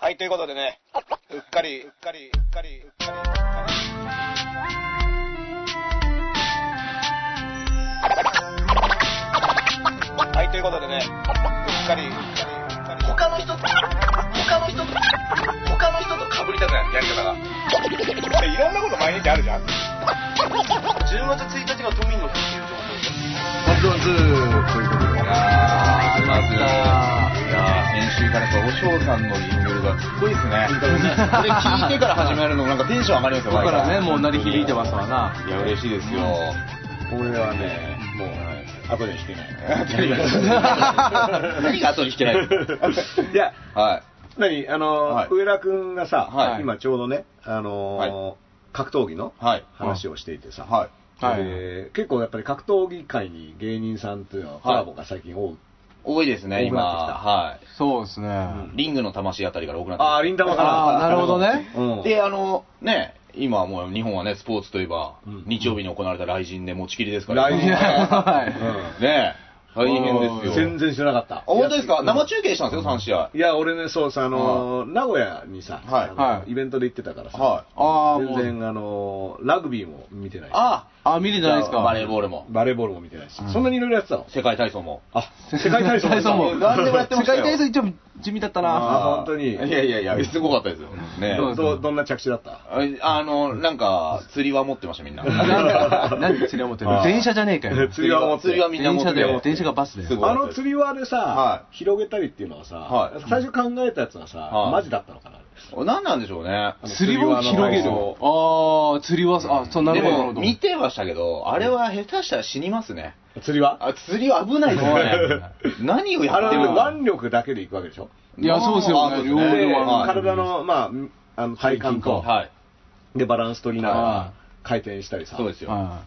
はい、ということでね、うっかり、うっかり、うっかり、うっかりうっかり。はい、ということでね、うっかり、うっかり、うっか他の人と、他の人と、他の人と被りたくない、やり方が。り。いろんなこと毎日あるじゃん。 10月1日が都民の日っていう情報です。ということで。いやありがとうございます。いやー先週からやっぱ、おしょうさんのリングルがすっごいですね。これ聞いてから始めるの、なんかテンション上がりますよ、だからね、毎回もう鳴り響いてますわな。いや、嬉しいですよ。これはね、もう、後で引けない。何が後で引けないいや、はい。何あの、はい上田君がさ、はい今ちょうどね、あのーは格闘技のはい話をしていてさ、はい。はいえー結構やっぱり格闘技界に芸人さんというのはコラボが最近多い、多いですね、今。はそうですね。い。リングの魂あたりから多くなってますああ、リンダマかあら。あ、なるほどね。うん、で、あの、ね、今はもう日本はね、スポーツといえば、うん日曜日に行われた雷神で持ちきりですから。雷神はね大変ですよ。全然知らなかったあ、。本当ですか生中継したんですよ、3試合。いや、俺ね、そうさ、あのー名古屋にさ、はいあのはいイベントで行ってたからさ、はい。ああ、も全う。然、あのーラグビーも見てないし、ああ、見るじゃないですあ、バレーか。ボールも、バレーボールも見てないし、そんなにいろいろやってたの世界体操も。あ、世界体操体操も。世界何でもやってましたよ世界体操一応地味だったな。あー本当にいやいやいや、すごかったですよ。ねそうどどんな着地だったああの、なんか、釣りは持ってました、 みんな。なんで、なんで釣りは持ってるあのー電車じゃねえかよ。釣り輪を持って釣りはみんな持電っ車てだるよ。電車がバスだすよ。ごいあの釣り輪でさ、は広げたりっていうのはさ、はい最初考えたやつがさ、はいマジだったのかな何なんでしょうね。あの釣りを広げる。ああ、釣りは、あ、そう、なでるほど、なるも、ほど。見てはしたけど、あれは下手したら死にますね。釣り輪あ、釣りは危ないですね。何をやあってれるのは腕力だけでいくわけでしょいやそうですよまあ両腕で腕ははい体の,、まあ、あの体幹と、はい。でバランス取りながはら回転したりさそうですよ。は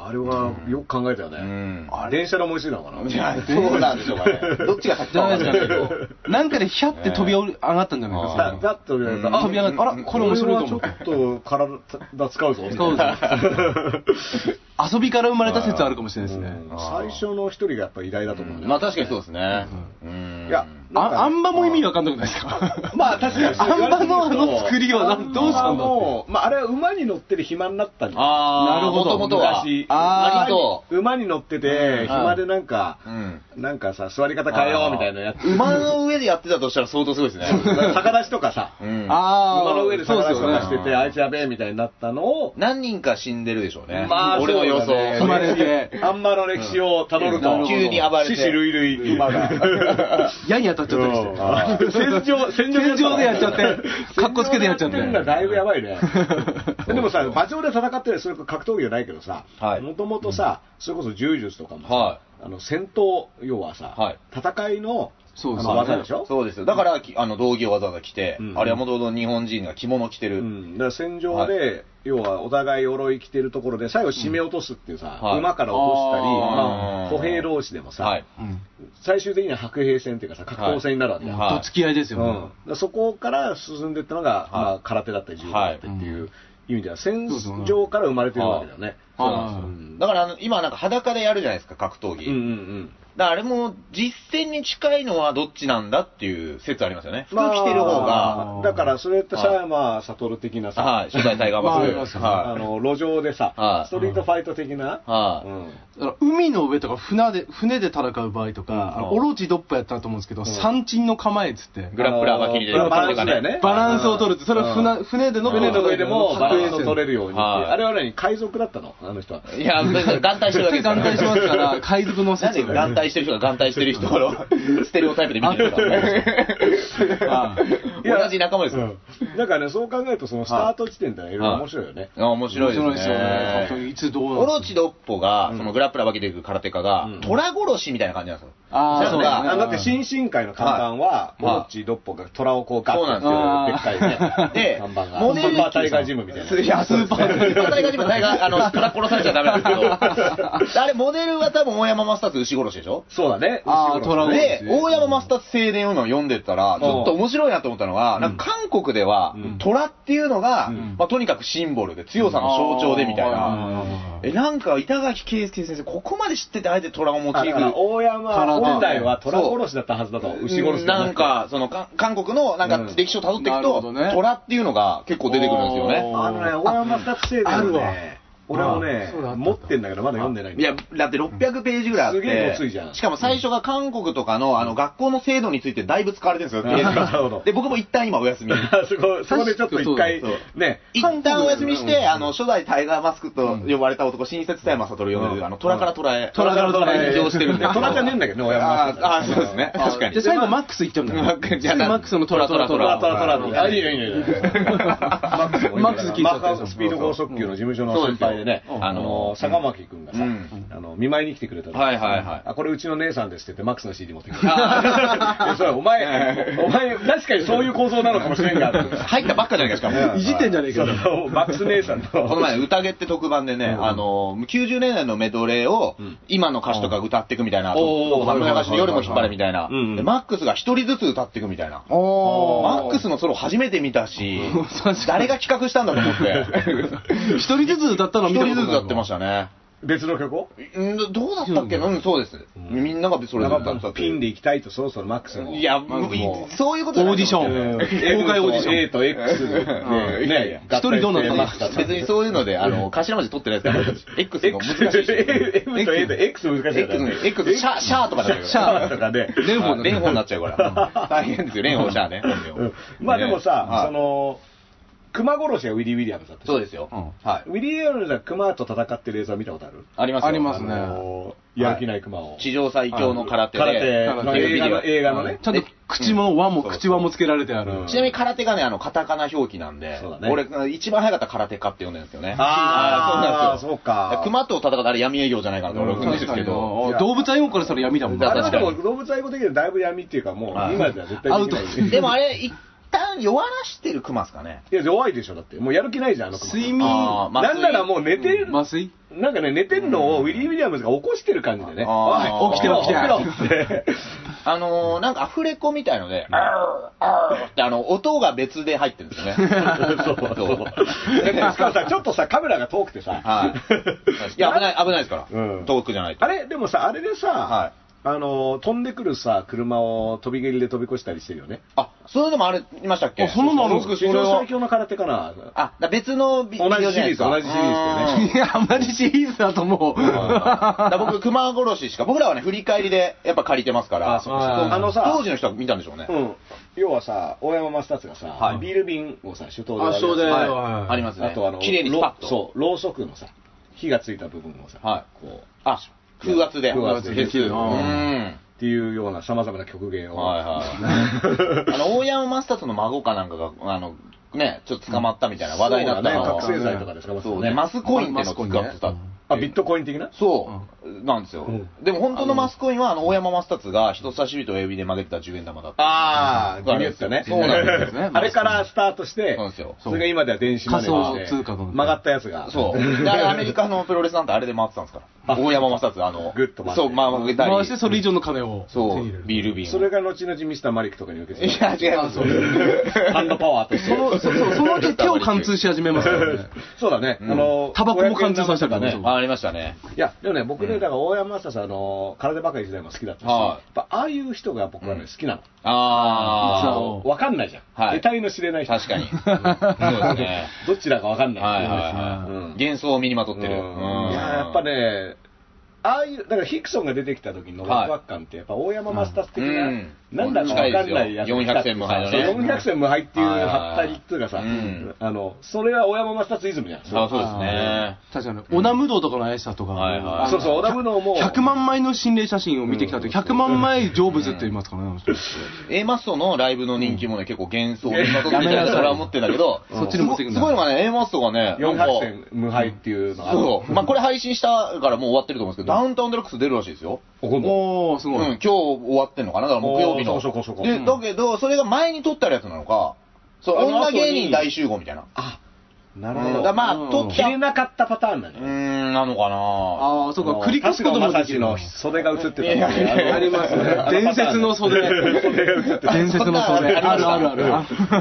あれはよく考えたよね、うんあ電車の思いついたのかないや、そうなんでしょうかね。どっちがい先じかゃなわいかんでなすいかけど。ね。なんかでヒャって飛び上がったんじゃないですあかーだだっと言われたうんあ飛び上がってあらこれ面白いと思ってこれはちょっと体使うぞ使うぞそれ。遊びから生まれた説あるかもしれないですうねん。最初の一人がやっぱ偉大だと思うねまあ確かにそうですね。うんいやなんかあ、あんまも意味わかんなくないですかまあ確かに あんまのあの作りはなあんんまどうしたんだって。もう、まあ、あれは馬に乗ってる暇になったんだ。あなるほどもともとは。昔あー馬に乗ってて、暇でなんか、うん。なんかさ、座り方変えようみたいなやつ。馬の上でやってたとしたら相当すごいですね。逆立ちとかさ、うんああ、馬の上でそう逆で立ちすとよかねし。てて、あいつやべえみたいになったのを、何人か死んでるでしょうね。まあ俺の予そうだね想。生まれてあんまの歴史をたどると、急に暴れて。獅子類類馬 が。矢に当たっちゃったりして。戦場、戦場戦場でやっちゃって、かっこつけてやっちゃって。戦場でやるのはだいぶやばい ね。でもさ、馬上で戦ってる、それこそ格闘技じゃないけどさはい、もともとさ、それこそ柔術とかもはさ、あの戦闘、要はさはい、戦いのそうあですのね技でしょそうですよ。だから、きあの、道着をわざわざ着て、うんあれはもともと日本人が着物着てる。うんだから戦場で、要はお互い鎧着てるところで、最後締め落とすっていうさは、い馬から落としたり、あーまあ歩兵同士でもはさい、。うん最終的には白兵戦っていうかさ、格闘戦になるわけだよはいと付き合いですうよん、だかね。らそこから進んでいったのが、まあ、空手だったり柔道だったりっていう意味では戦場から生まれてるわけだよね。そうなんですよ。だから、あの、今なんか裸でやるじゃないですか、格闘技。うんうんうんだからあれも、実戦に近いのはどっちなんだっていう説ありますよね。服まあ着てる方が、だからそれってさ、はまあ悟的なさ、はい、初代タイガーマスク。まあありますよねはあの路上でさ、はいストリートファイト的な、い。はうい。んだから海の上とか船で船で戦う場合とか、あのオロチドッポやったと思うんですけど、三鎮の構えっつって、グラップラーが切りであのバランスだよねバランスを取るって、それは船船での船の上でもバランスをを取れるようにっていう、はいあれは何、海賊だったの、あの人は。いや、それそれ眼帯してるわけですから眼帯しますから、海賊のなん説で眼帯してる人が眼帯してる人を ステレオタイプで見てるんですか 同じ仲間ですよ。うんだからね、そう考えると、そのスタート地点ってのはいろいろ面白いよね。あ面白いですね。面白いですよね格闘技いつどうなオるロチドッポが、そのグラップラー分けていく空手家が、虎殺しみたいな感じなんですよ。あーなんそうかだねあだって新進会の看板は、いモロッチドッポが虎をこうガッそうなんてでやっすてよるでっかいね、で看板が。モデルスーパータイガージムみたいな。いや、スーパー。スーパー大会にも大概、あの、虎殺されちゃダメなん ですけど、あれ、モデルは多分大山マスターズ牛殺しでしょそうだね。あー牛殺しだね虎殺しで、大山マスターズ青年を読んでたら、ちょっと面白いなと思ったのが、なんか韓国では、虎っていうのが、まあ、とにかくシンボルで、強さの象徴でみたいな。え、なんか、板垣圭介先生、ここまで知ってて、あえて虎をモチだーかフらに。大山本体はそう虎殺しだったはずだと、牛殺しじゃくてなん、か、その、か韓国の、なんうか、ん歴史をたどっていくなるほと、どね虎っていうのが結構出てくるんですよね。あのね、大山二つ生あでるわね、俺もあそうだあね、った持ってんだけど、まだ読んでない。いや、だって600ページぐらいあって、すげえごついじゃんしかも最初が韓国とかの、あの、学校の制度についてだいぶ使われてるんですよ、ページがなるほどで、僕も一旦今お休み。 そこ、そこでちょっと一回そう、ね、一旦お休みして、あの、初代タイガーマスクと呼ばれた男、新設タイマー悟る読んでる、あの、虎から虎へ。虎から虎へ移動してるんで。虎じゃねえんだけどね親あ山ーあー、そうですね。確かにじゃあ。最後マックスいっちゃうんだマックスじゃあ最後マックスのトラトラトラ。トラトラトラ。あ、いいよいいよいいよ。ママックス聞いちゃったよマックススピード高速球の事務所の先輩でね、そうですよあの、坂巻くんがうさん、あの、見舞いに来てくれたのはいはいはいあ、これうちの姉さんですって言って、マックスの CD 持ってくる。いやそれお前、お前、確かにそういう構造なのかもしれんが、入ったばっかじゃ ないですか、しかもいじってんじゃねえかよそのマックス姉さんの。この前、宴って特番でね、あの、90年代のメドレーを、今の歌詞とか歌っていくみたいな、おー特番の流しで夜も引っ張れみたいなうんうん、でマックスが一人ずつ歌っていくみたいな。おマックスのソロ初めて見たし、誰が企画したんだと思って。 ー一人ずつ歌ったの一見たこ人とずつないわやってましたね。別の曲をんどうだったっけうん、そうです。みんながそれぞれだったっていピうンで行きたいと、そろそろマックスの。いや、なんかもうそういうことじゃないと思うオーディショうンん、公開オーディション A と X で、うんいやいやね、一人どうなったの合体してマックスだったん別でにそういうので、あの、頭文字取ってないですから、X の X 難しいし。 M と A で X 難しいよ X ね。の X シャー、シャーとかだよ。シャーとかで。連邦、連邦になっちゃうから。大変ですよ、連邦シャーね。うんまあでもはさい、そ、の、熊殺しはウィリー・ウィリアムズだったそうでですよ。うはい。ウィリー・ウィリアムズが熊と戦ってる映像見たことあるありますよありますねあのやる気ない熊を。地上最強の空手で。空手空手の映画の映画のねん。ちゃんと口も輪も口輪もつけられてあるうんちなみに空手がね、あの、カタカナ表記なんでそうだ、ね俺、一番早かった空手家って呼んでるんですよね。あーーそうなんですよ。そうか熊と戦ったあれ闇営業じゃないかなと俺思うんですけど。確かに動物愛護からしたら闇だもんあだれはでも確動物愛護的にはだいぶ闇っていうかもうはい今じゃ絶対できないアウトでもあれ、一旦弱らしてる熊ですかね。 いや弱いでしょだってもうやる気ないじゃんあの熊睡眠あー麻酔なんならもう寝てる麻酔なんかね、寝てるのをウィリー・ウィリアムズが起こしてる感じでね。あーおい起きてろ起きてろてあのー、なんかアフレコみたいので、あーあーってあの、音が別で入ってるんですよね。 そうろでしかもさ、ちょっとさ、カメラが遠くては さ。い。いや、危ない、危ないですから。うん遠くじゃないと。あれ、でもさ、あれでさ、はいあの、飛んでくるさ、車を飛び蹴りで飛び越したりしてるよね。あ、そういうのもあれ、いましたっけあそんなのあるんですかもう少し史俺上は最強の空手かな。あ、だ別のビ同じビデオじゃないですかシリーズ同じシリーズでねいや同じシリーズだと思ううんだ僕、熊殺ししか、僕らはね、振り返りでやっぱ借りてますから、あそうそうあのさ当時の人は見たんでしょうね。うん。要はさ、大山正達がさ、ビール瓶をさ、手刀で割るやつ。あ手刀ではいはいありますね。あとあの、綺麗にスパッと。ろそう、ろうそくのさ、火がついた部分をさ、はいこう、あ、風圧で。風圧でですうん。うんっていうようなさまざまな曲芸を。はい はい。あの、大山マスターズの孫かなんかが、あの、ね、ちょっと捕まったみたいな話題になったそうだのね、覚醒剤とかですか、そうね、マスコインってのを使ってた。あ、ビットコイン的なそう、なんですようん。でも本当のマスコインは、あの、大山マスターズが人差し指と親指で曲げてた10円玉だった。あうんあ、ギュッとね。そうなんです ねあれからスタートしてそうなんですよ、それが今では電子マネーにして、仮想通貨の曲がったやつが。 そう。で、あれアメリカのプロレスなんてあれで回ってたんですから。大山正達、あの、グッと回ってそう、まあ、回たり 回してそれ以上の金を手そにう、入れるビール瓶を。それが後々ミスターマリックとかに受け継いいだや、違います。 ハンドパワーとしてそのそそそ のうち手を貫通し始めますからね そうだね。あの、タバコも貫通させたからね500円玉とあありましたね。ね。いや、でもね、僕ね、だから大山マスターさん、あの、体ばかり時代も好きだったし、はいやっぱああいう人が僕はね、好きなの。ああ、そわかんないじゃん。はい得体の知れない人。確かに。そうですね。 どちらかわかんな い。はいはいうんはい。幻想を身にまとってる。うんいややっぱ。ね、ああいう、だからヒクソンが出てきた時のワクワク感って、やっぱ大山マスターズ的な、うんなんだかわかんないやつ近いですよ400戦無敗のねそう400戦無敗っていうはいはいはったりっていうかさ、うんあの、それは大山マスターズイズムじゃあん。そうですね。確かに織田武道とかの怪しさとかはいはいそうそう、小田部のもう、 100万枚の心霊写真を見てきたとき、100万枚成仏って言いますからね、あの人 A マッソのライブの人気もね、結構幻想を身にまとっていやめなたさいそれは思ってんだけど、そっちに持ってくんだすごいのがね、A マッソがね、なんか400戦無敗っていうのがあるそう。まあこれ配信したからもう終わってると思うんですけど、ダウンタウンデラックス出るらしいですよ。お今度おー、すうん、ご今い。日終わってんのかなだから木曜日おの。ーそこそこそこで、うんだけど、それが前に撮ってあるやつなのか、そう、あの女後に芸人大集合みたいな。あ、なるほど。だまあ、取切れなかったパターンなんじゃうーないん、なのかなああ、そうか、繰り返すこともできるの袖が映ってたいやいやいやありますね。伝説 の袖。伝説 の袖。あるあるある。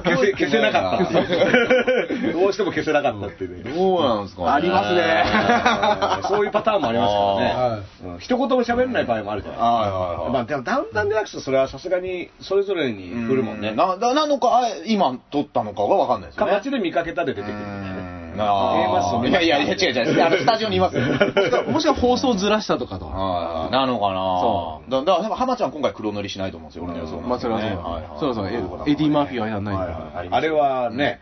消せ消せなかったっていう。どうしても消せなかったっていうね。どうなんですかね。ありますね。そういうパターンもありますからね。うん一言も喋れない場合もあるじゃないはいはいまはあでもダウンタウンデラックスそれはさすがにそれぞれにい。振るもんね。な、ななのか、あ今撮ったのかがわかんないですかよね。街で見かけたで出てくるみたいなね。うーんああーーいやいやいや、違う違う。あのスタジオにいますよ。もし くは放送ずらしたとかと。はいなのかなだだから、浜ちゃん今回黒塗りしないと思うんですよ、俺の予想なんまあ、でそれはそうだはいはいね。そうそう、エエディ・マーフィーはやんないんだから。はいあれはね、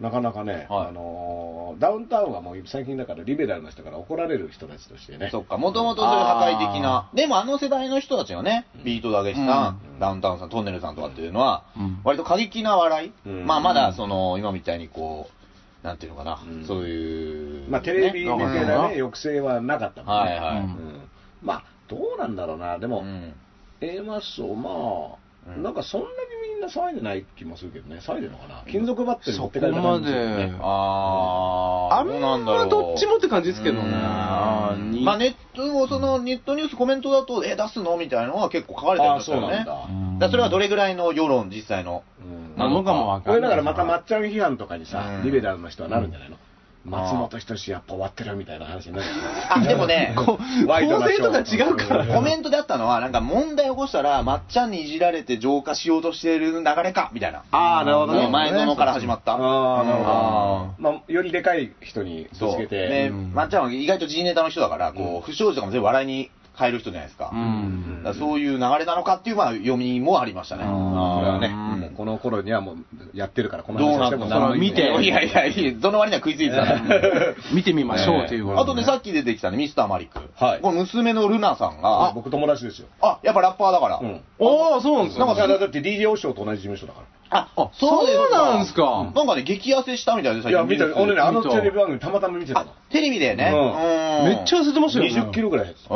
なかなかね、はいあのーダウンタウンはもう最近だからリベラルな人から怒られる人たちとしてね。そっか、もともとそういう破壊的な。でもあの世代の人たちがね、ビートたけしさん、ダウンタウンさん、トンネルさんとかっていうのは、うん割と過激な笑い。うんまあまだその、今みたいにこう、なんていうのかな、うんそういう、まあテレビねみたいうんなね、抑制はなかったもんはいね。はい。うんうんまあ、どうなんだろうな、でうも、ん A マッソ、まあ、うんなんかそんなにみんな騒いでない気もするけどね、騒いでるのかな。金属バッテリー持そっこてかれたま感じでですよね。。あー、あんどうなんだろまうどっちもって感じですけどね。うんあーにまあネットもそのネットニュースコメントだと、え、出すのみたいなのは結構書かれてるんですよね。あそうなんだだからそれはどれぐらいの世論、実際の。うんなのかもわかこんなれだかい。らまたまっちゃん批判とかにさ、うんリベラルの人はなるんじゃないの、ん松本人志やっぱ終わってるみたいな話になるあ、でも ね、ワイド構なシ成ョーとか違うから。コメントであったのは、なんか問題起こしたら、まっちゃんにいじられて浄化しようとしている流れか、みたいな。ああ、なるほもう前園から始まった。ああ、なるあほど。まあ、よりでかい人にーぶそつう。けて。で、まっちゃんは意外と G ネタの人だから、こう、不祥事とかも全部笑いに変える人じゃないですか。うん。だからそういう流れなのかっていう、まあ、読みもありましたね。あこーれこれははね、ね。もうこの頃にはもうやってるから、このどう話なはっしててももそれは見いてやいやいやいや、どの割には食いついてたね。見てみましょうということあとね、さっき出てきたね、ミスターマリック。はいこの娘のルナさんあが、僕友達ですよ。あ、やっぱラッパーだから。うん。ああ、そうなんですなかんかだだって DJ オーショーと同じ事務所だかあ、あそうなんすかなんかね、激痩せしたみたいで、ら。いや、見た、ニュース俺ね、あの見たテレビ番組たまたま見てたのあ。、テレビでね。うんめっちゃ痩せてますよね。 20キロぐらい減ってた。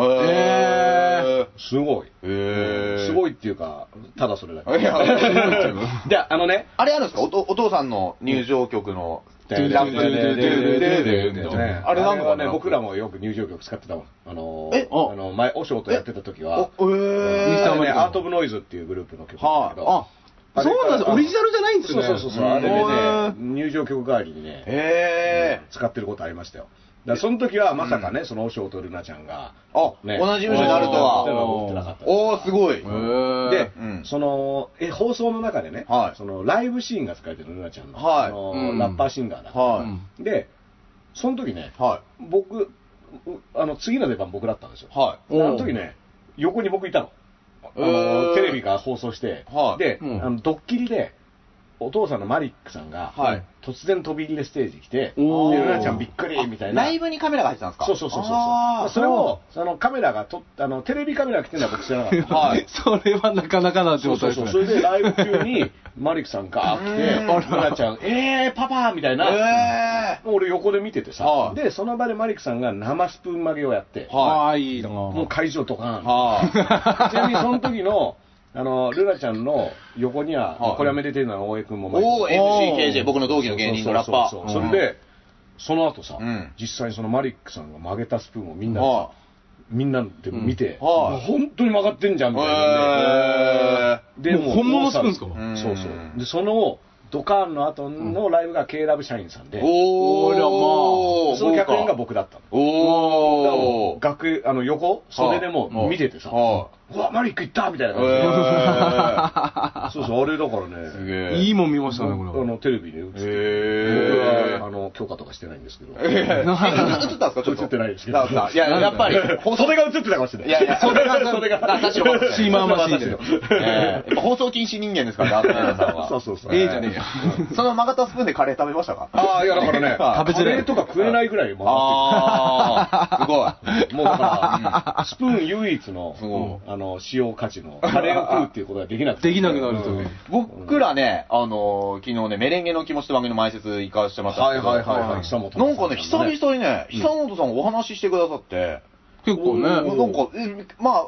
へすごい。え。へえ。すごい。いっていうか、ただそれだけ。いや、 じゃあ、あのね、あれあるんですかおとお父さんの入場曲の。あゥれルルルルルルルルルルね、あれなんはかね、ね、僕らもよく入場曲使ってたもん。あのえー、あの前、オショーとやってた時は、おへミスタあーれマねリックアート・オブ・ノイズっていうグループの曲なんだけど、あ、そうなんです。オリジナルじゃないんですそうね。そうそうそう、うんあれおでーね、入場曲代わりにえ。ね、へえ。使ってることありましたよ。だからその時はまさかね、そのオショーとルナちゃんが、あ、ね、同じ事務所になると同じ事務所になるとは思ってなかはっ。たおおすごい。でで、うんそのえ放送の中でね、はいそのライブシーンが使われてるルナちゃんの,、はいのうんラッパーシンガーだ、はでその時ねい。は僕うあの次の出番僕だったんですよ、い。はい。であの時ね横に僕いたのあの、へーテレビが放送して、はいで、うんあのドッキリでお父さんのマリックさんが、はい突然飛び入りでステージ来て、でおールナちゃんびっくりみたいなライブにカメラが入ってたんですかそうそうそうそうあーそれをそのカメラがとあのテレビカメラが来てるのは僕知らなかった はい。 それはなかなかなそ状うそ態うですそう。ね。それでライブ中に、マリックさんが来て、ルナちゃん、えー、パパみたいな。えもう俺横で見ててさは。いで、その場でマリックさんが生スプーン曲げをやって、はいはい、いいなもう会場とかー。はちなみにその時の、あの、ルナちゃんの横には、はいこれはめでてるのは大江君もい。マリックおー、MCKJ、僕の同期の芸人のラッパそうー。そうそうそうそれで、その後さうん、実際にそのマリックさんが曲げたスプーンをみんなでさは、みんなで見て、うんはい本当に曲がってんじゃんみたいなへんもう本物スプーンですかそううんそうそうでそのドカーンの後のライブが K ラブ社員さんで、おー、おその客員が僕か。僕だったのだからおー。楽あの横袖でも見ててさ、はうわマリック行ったみたいへな感じで、ー。そうそうあれだからすねげえ。いいもん見ましたね、あこれは。のテレビに映ってて、へ僕はー。あの許可とかしてないんですけど え映ったんですかちょっと映ってないですけどダウさんいや、やっぱり、放送袖が映ってたかもしれないいやいや袖が 袖がだ私の番シーマーマシ ン私ので。えーやっぱ放送禁止人間ですから、ダウさんは。そうそうそうええじゃねえよ。その曲がったスプーンでカレー食べましたかああ、いや、だからね、食べづらいカレーとか食えないぐらい回あー、すごい。って る。もうだから、スプーン唯一の、うあの、使用価値の、カレーを食うっていうことができなくて。できなくなるという。僕らね、あのー、昨日ね、メレンゲの気持ちと番組の前説行かしてもらったんはですいけど、はいはいはい。久本さなんかね、久々ねにね、久本さんがお話ししてくださって、結構ね。なんか、えまあ、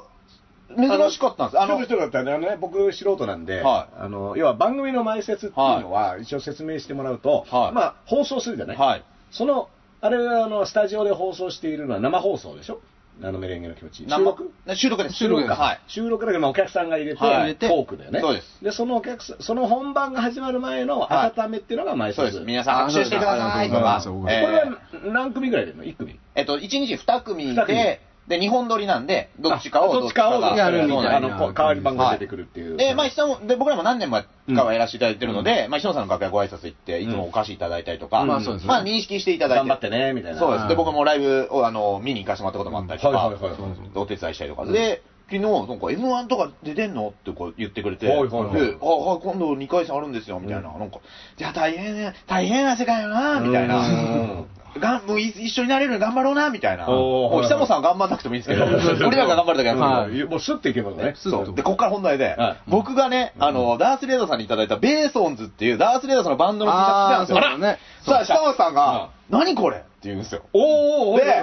珍しかったんです。あの、の人だったんで、あのね、僕素人なんで、はあの、要は番組の前説っていうのは、一応説明してもらうと、はいまあ、放送するじゃない、はい。その、あれはあの、スタジオで放送しているのは生放送でしょあのメレンゲの気持ち。収録生収録です。収録ですはい。収録だけど、まあ、お客さんが入れて、はい入れトてークだよね。そうですで、そのお客さん、その本番が始まる前のはい温めっていうのが前説。そうです。皆さんあ拍手してくださいとかそうです。こあえーれは何組ぐらい出るの ?1 組。えっと、1日2組二組で、で、2本撮りなんで、どっちかを、あどっちかをがやるみたいなあの、こう代わり番が出てくるっていう。で、まあ、久野で、僕らも何年もかはやらせていただいてるので、まあ、久野さんの楽屋ご挨拶行って、いつもお菓子いただいたりとか、うんままあ、あそうですね認識していただい頑て。張ってね、みたいな。そうです。で、うん僕もライブを、あの、見に行かせてもらったこともあったりとか、うんはいはいはいはいお手伝いしたりとか。で、昨日、なんか M1 とか出てんのってこう言ってくれて、はいはいはいであ、はい今度2回戦あるんですよ、みたいな。なんか、じゃあ大変や、大変な世界よな、みたいな。うんがんもうい一緒になれるように頑張ろうな、みたいな。おーもう久本さんは頑張らなくてもいいんですけど、俺らが頑張るだけなんですけどはいもうスッていけばね。スッとで、ここから本題では、僕がね、あの、ダースレードさんにいただいたベーソンズっていう、ダースレードさんのバンドの T シャツ着てたんですよ。さあ、久本さんが、何これって言うんですよ。おおで、いいや、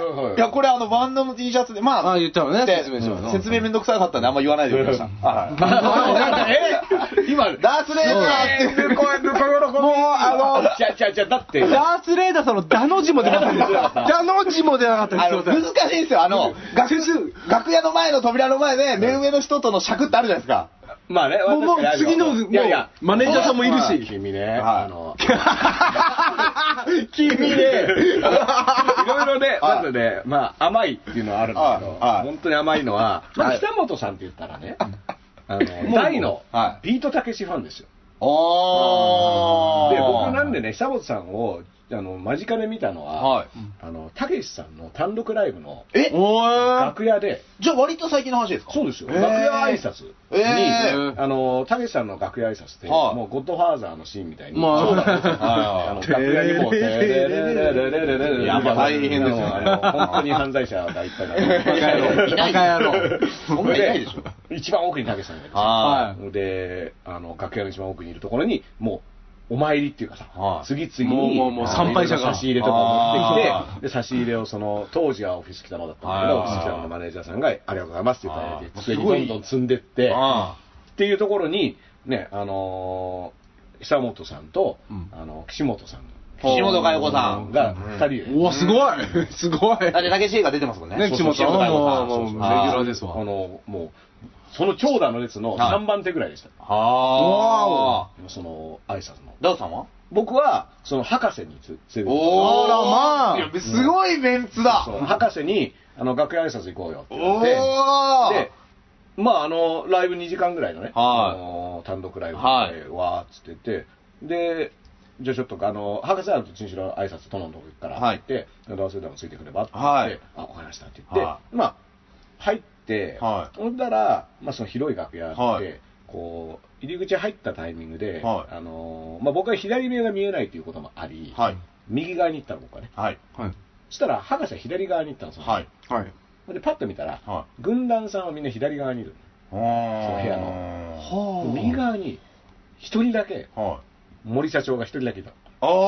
や、これあの、バンドの T シャツで、まあ、ああ言ったのねで説明します説明めんどくさかったんで、あんま言わないでください。 はい。今、ダースレードさんっていう声のところ、もう、あじゃじゃじゃ だって、ダースレーダーさんのダの字も出なかったんですよ。 ダの字も出なかったの、あの、んです難よ。しいんですよ。あの、楽楽屋の前の扉の前で、目上の人との尺ってあるじゃないですか。まあね、もうもう私次の、もういやいや、、マネージャーさんもいるはいし。君ね、はいあの、 君ね、いろいろね、まずね、まあ、甘いっていうのはあるんだけど、はいはい本当に甘いのは、まはあ、い北本さんって言ったらね、あの、大のはビートたけしファンですよ。おで、僕なんでね、久本さんを、あの、間近で見たのは、はい。あの、たけしさんの単独ライブのえおー楽屋で、じゃあ割と最近の話ですかそうですよ。へー楽屋挨拶に、えーあの、たけしさんの楽屋挨拶って、はいもうゴッドファーザーのシーンみたいに、まあそうなんですよはいあの楽屋にもう、てへーれれれれれれれいやまあ大変ですよねあの本当に犯罪者がいっぱいだバカ野郎。バカ野郎。そんないないでしょ。一番奥にたけしさんがいるはで、あの、楽屋の一番奥にいるところに、もう、お参りっていうかさ、はい次々にもうもうもう参拝者が差し入れとか持ってあきて、で差し入れをその、当時はオフィス北野だったんだけど、オはいフィス北野のマネージャーさんが、ありがとうございますって言ったらはい、机にどんどん積んでって、あっていうところに、ね、あのー久本さんと、うんあの、岸本さん岸本佳代子さん。が二人で、おーすごい すごい。だって、竹内が出てますもんね。ね、そう岸そう本さんはそうそもう、もう、レうそギうュあーラーですあわ。の、もう、その長蛇の列のはい3番手ぐらいでした。はあ。その、挨拶の。ダウさんは僕は、その、博士につ連れてってあいらまあやすごいメンツだそう博士に、あの、楽屋挨拶行こうよって言おっーて、で、まあ、あの、ライブ2時間ぐらいのね、はいあの単独ライブで、はいわーっつってて、で、じゃあちょっと、あの、博士あると、ちんしろ挨拶、殿のとこ行くから、はいって言って、男性でもついてくればって言って、はいあ、わかりましたって言って、はまあ、入って、はいほんだら、まあ、その広い楽屋で、はいこう、入り口入ったタイミングで、はいあの、まあ、僕は左目が見えないということもあり、はい。右側に行ったの、僕はね。はい。はい。そしたら、博士は左側に行ったんですよ。はい。はい。で、パッと見たら、は軍団さんはみんな左側にいる。そそのの部屋のは右側に一人だけあ。はい。森社長が一人だけいた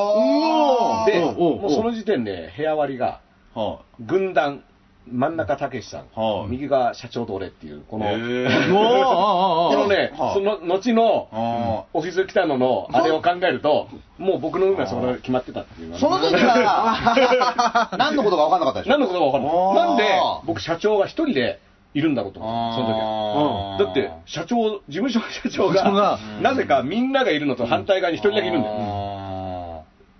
あでおうおうもうその時点で部屋割りがは軍団真ん中たけしさん、はい右が社長と俺っていうこい。の、へおーーおーおこーのおーね、はいその後のあオフィス来たののあれを考えるともう僕の運がそこで決まってたっていうーその時は、 何のことか分かんなかったでしょ何のことか分かんあーないなんで僕社長が一人でいるんだろうと思ってたその時あはーだって、社長、事務所の社長 社が長が、なぜかみんながいるのと反対側に一人だけいるんだよ。よ。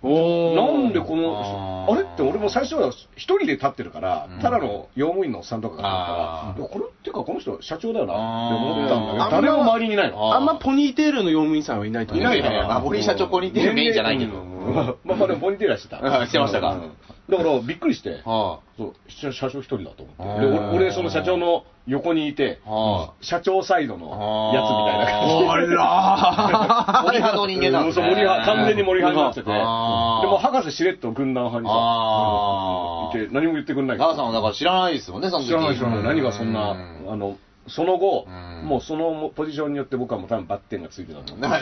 おーなんでこのあ、ーあれって俺も最初は一人で立ってるからうん、ただの用務員のおっさんとかがあいーるからいや、これってかこの人社長だよなってあー思ったんだけど、あんま誰も周りにいないの。あんまポニーテールの用務員さんはいないと思う。いないよねあ、森社長ポニーテールメインじゃないけど。うんまあまあでもボニーテールはしてたう。んしてましたかうんだからびっくりして、はそう社社長一人だと思っあて。ーで、俺俺その社長の横にいてあ。、は社長サイドのやつみたいな感じで。あら あ。森派の人間なんうでんすそうね。森派完全に森派になってて。であーも博士しれっと軍団派にあさ、いて何も言ってくんないガーさんはだから知らないですもんね、その時知らない知らない。何がそんな、うあの、その後う、んもうそのポジションによって僕はもう多分バッテンがついてたと思う。あ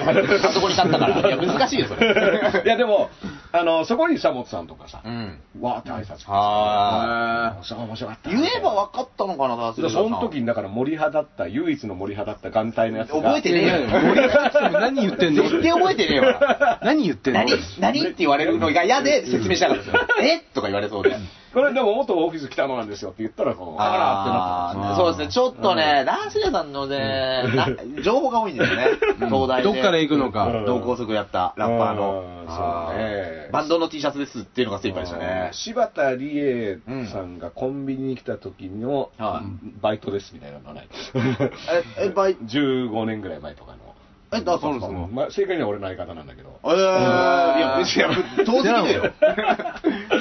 そこに立ったから。いや、難しいよ、それ。 いや、でも、あの、そこに久本さんとかさ、ん。わーって挨拶してはさ、面白かった。言えば分かったのかな、ダースでその時にだから森派だった、唯一の森派だった眼帯のやつが。覚えてねえよ。何言ってんの絶対覚えてねえわ。何言ってんの何何って言われるのが嫌で説明したかったですよ。えとか言われそうで。これでも元オフィス北野なんですよって言ったら、こう、ああらってなったんですね。あ、そうですね。ちょっとね、ダンス屋さんのね、な情報が多いんですよね。東大で。どっから行くのうかん。同高速やったラッパーうのん。あそうねーバンドの T シャツですっていうのが精一杯でしたね。柴田理恵さんがコンビニに来た時のはバイトですみたいなのはない。 え、え、バイ、 15年ぐらい前とかの。え、だそうですまあ、正解には俺の相方なんだけど。えー、いや、別にいや、遠すぎるよ。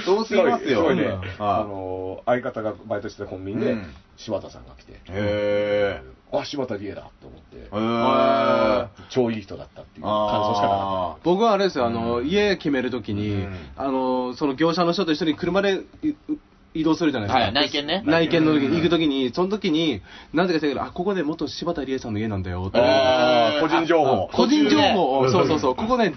遠すぎますすごよ。いねうん。あの、相方がバイトしてたコンビニうでん、柴田さんが来て、へー。あ、柴田理恵だと思って、へー。超いい人だったっていう感想しかなかっ僕はあれですよ、あの、家決めるときに、うんあの、その業者の人と一緒に車でい移動するじゃないですか。はい内見ね内見の時に、行くときに、その時に、なぜか知らないけど、あ、ここね、元柴田理恵さんの家なんだよ、とた。ああー個人情報。個人情報を、そうそうそう、ここね、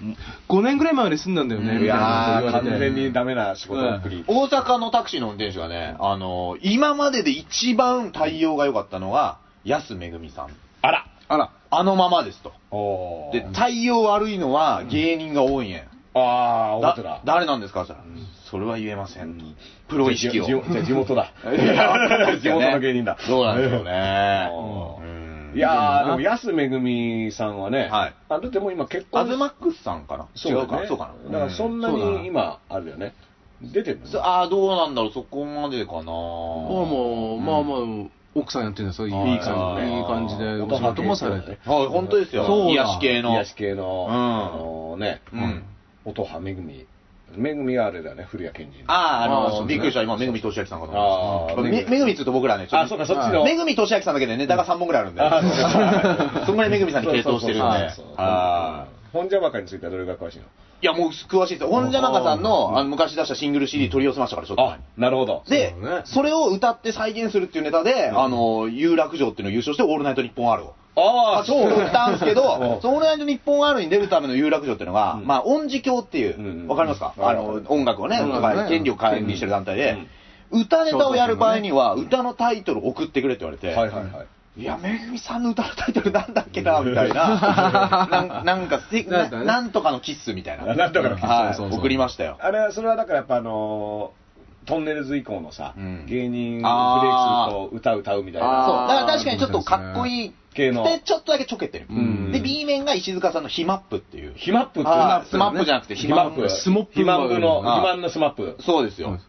5年ぐらい前まで住んだんだよね、うんみたいなこと完言われ全て。にダメな仕事っぷり。大阪のタクシーの運転手がね、あの、今までで一番対応が良かったのが、安めぐみさん。あらあら、あのままですと。おーで、対応悪いのは芸人が多いんや。ああ、だ思ってた。誰なんですかって言ったら、それは言えませんと。プロ意識を。じゃ あじゃあ地元だい や。地元の芸人だ。そうなんですよね。うんうんいやー、でも、安めぐみさんはね、はいあだってもう今結ア婚ズマックスさんかな違だねうかなそうかなだからそんなそうだなに今、あるよね。出てるのねそああ、どうなんだろう、そこまでかな。あもう、まあまあ、奥さんやってるんですよ、いい感じあーいい感じで、お仕事もされて。はい、本当ですよ。そうだ癒し系の。癒し系の、うんあのね、うん音羽めぐみ。めぐみはあれだよね、古谷健二の。ああ、あーあそうの、ねびっくりした、今、めぐみとしあきさんかと思ったあーめめぐみっつうと僕らね、ちょあ、っそうとか、そっちの。めぐみとしあきさんだけでネタが3本ぐらいあるんであー、 そんぐらいめぐみさんに傾倒してるんで、そうそうそうそうあー本邪魔かについてはどれが詳しいのいや、もう詳しいですよ。本じゃなかさんのあの昔出したシングル CD 取り寄せましたから、ちょっと前あに。、なるほど。でそうだねそれを歌って再現するっていうネタで、あの、有楽町っていうのを優勝して、オールナイト日本あるを。あああ、そうそう。歌うんですけうどん、そのライト日本 R に出るための有楽町っていうのが、うんまあ、音字教っていうう、んわかりますか、うんあの、音楽をね、うんだから権利を管理してる団体で、歌ネタをやる場合には、歌のタイトル送ってくれって言われて、はいはいはい。いや、めぐみさんの歌のタイトルなんだっけな、みたいな、なんなんかせななんかねなんとかのキッスみたいな、なんとかのキスはいそうそうそう送りましたよ。あれは、それはだからやっぱあのートンネルズ以降のさ、うん芸人ブレイクするあーと歌歌うみたいそう、な。あーだから確かにちょっとかっこいい系ので、ちょっとだけちょけてる。んで、B 面が石塚さんのヒマップっていう。ヒマップっていうあースのマップじゃなくてヒヒママッップ。プ。スモップヒマップあの、ー肥満のスマップ。そうですよ。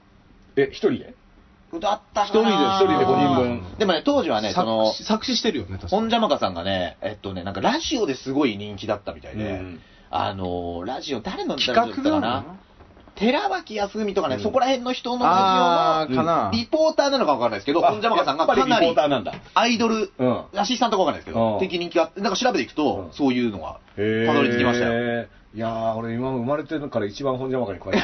え、一人で歌った一人で一人で五人分。でもね、当時はね、その作、詞作詞してるよね、確か本邪魔かさんがね、えっとね、なんかラジオですごい人気だったみたいで、うんあのー、ラジオ、誰の企画ラジオだったかなのな寺脇康文とかね、うんそこら辺の人のラあージかオなの、リポーターなのかわからないですけど、あ本邪魔かさんがやかっぱなりりリポーターなんだ。アイドル、うんアシスタントかわからないですけうんど、的人気があって、なんか調べていくとう、んそういうのが、たへーどり着きましたよ。。いやー、俺今生まれてるから一番本邪魔かに詳し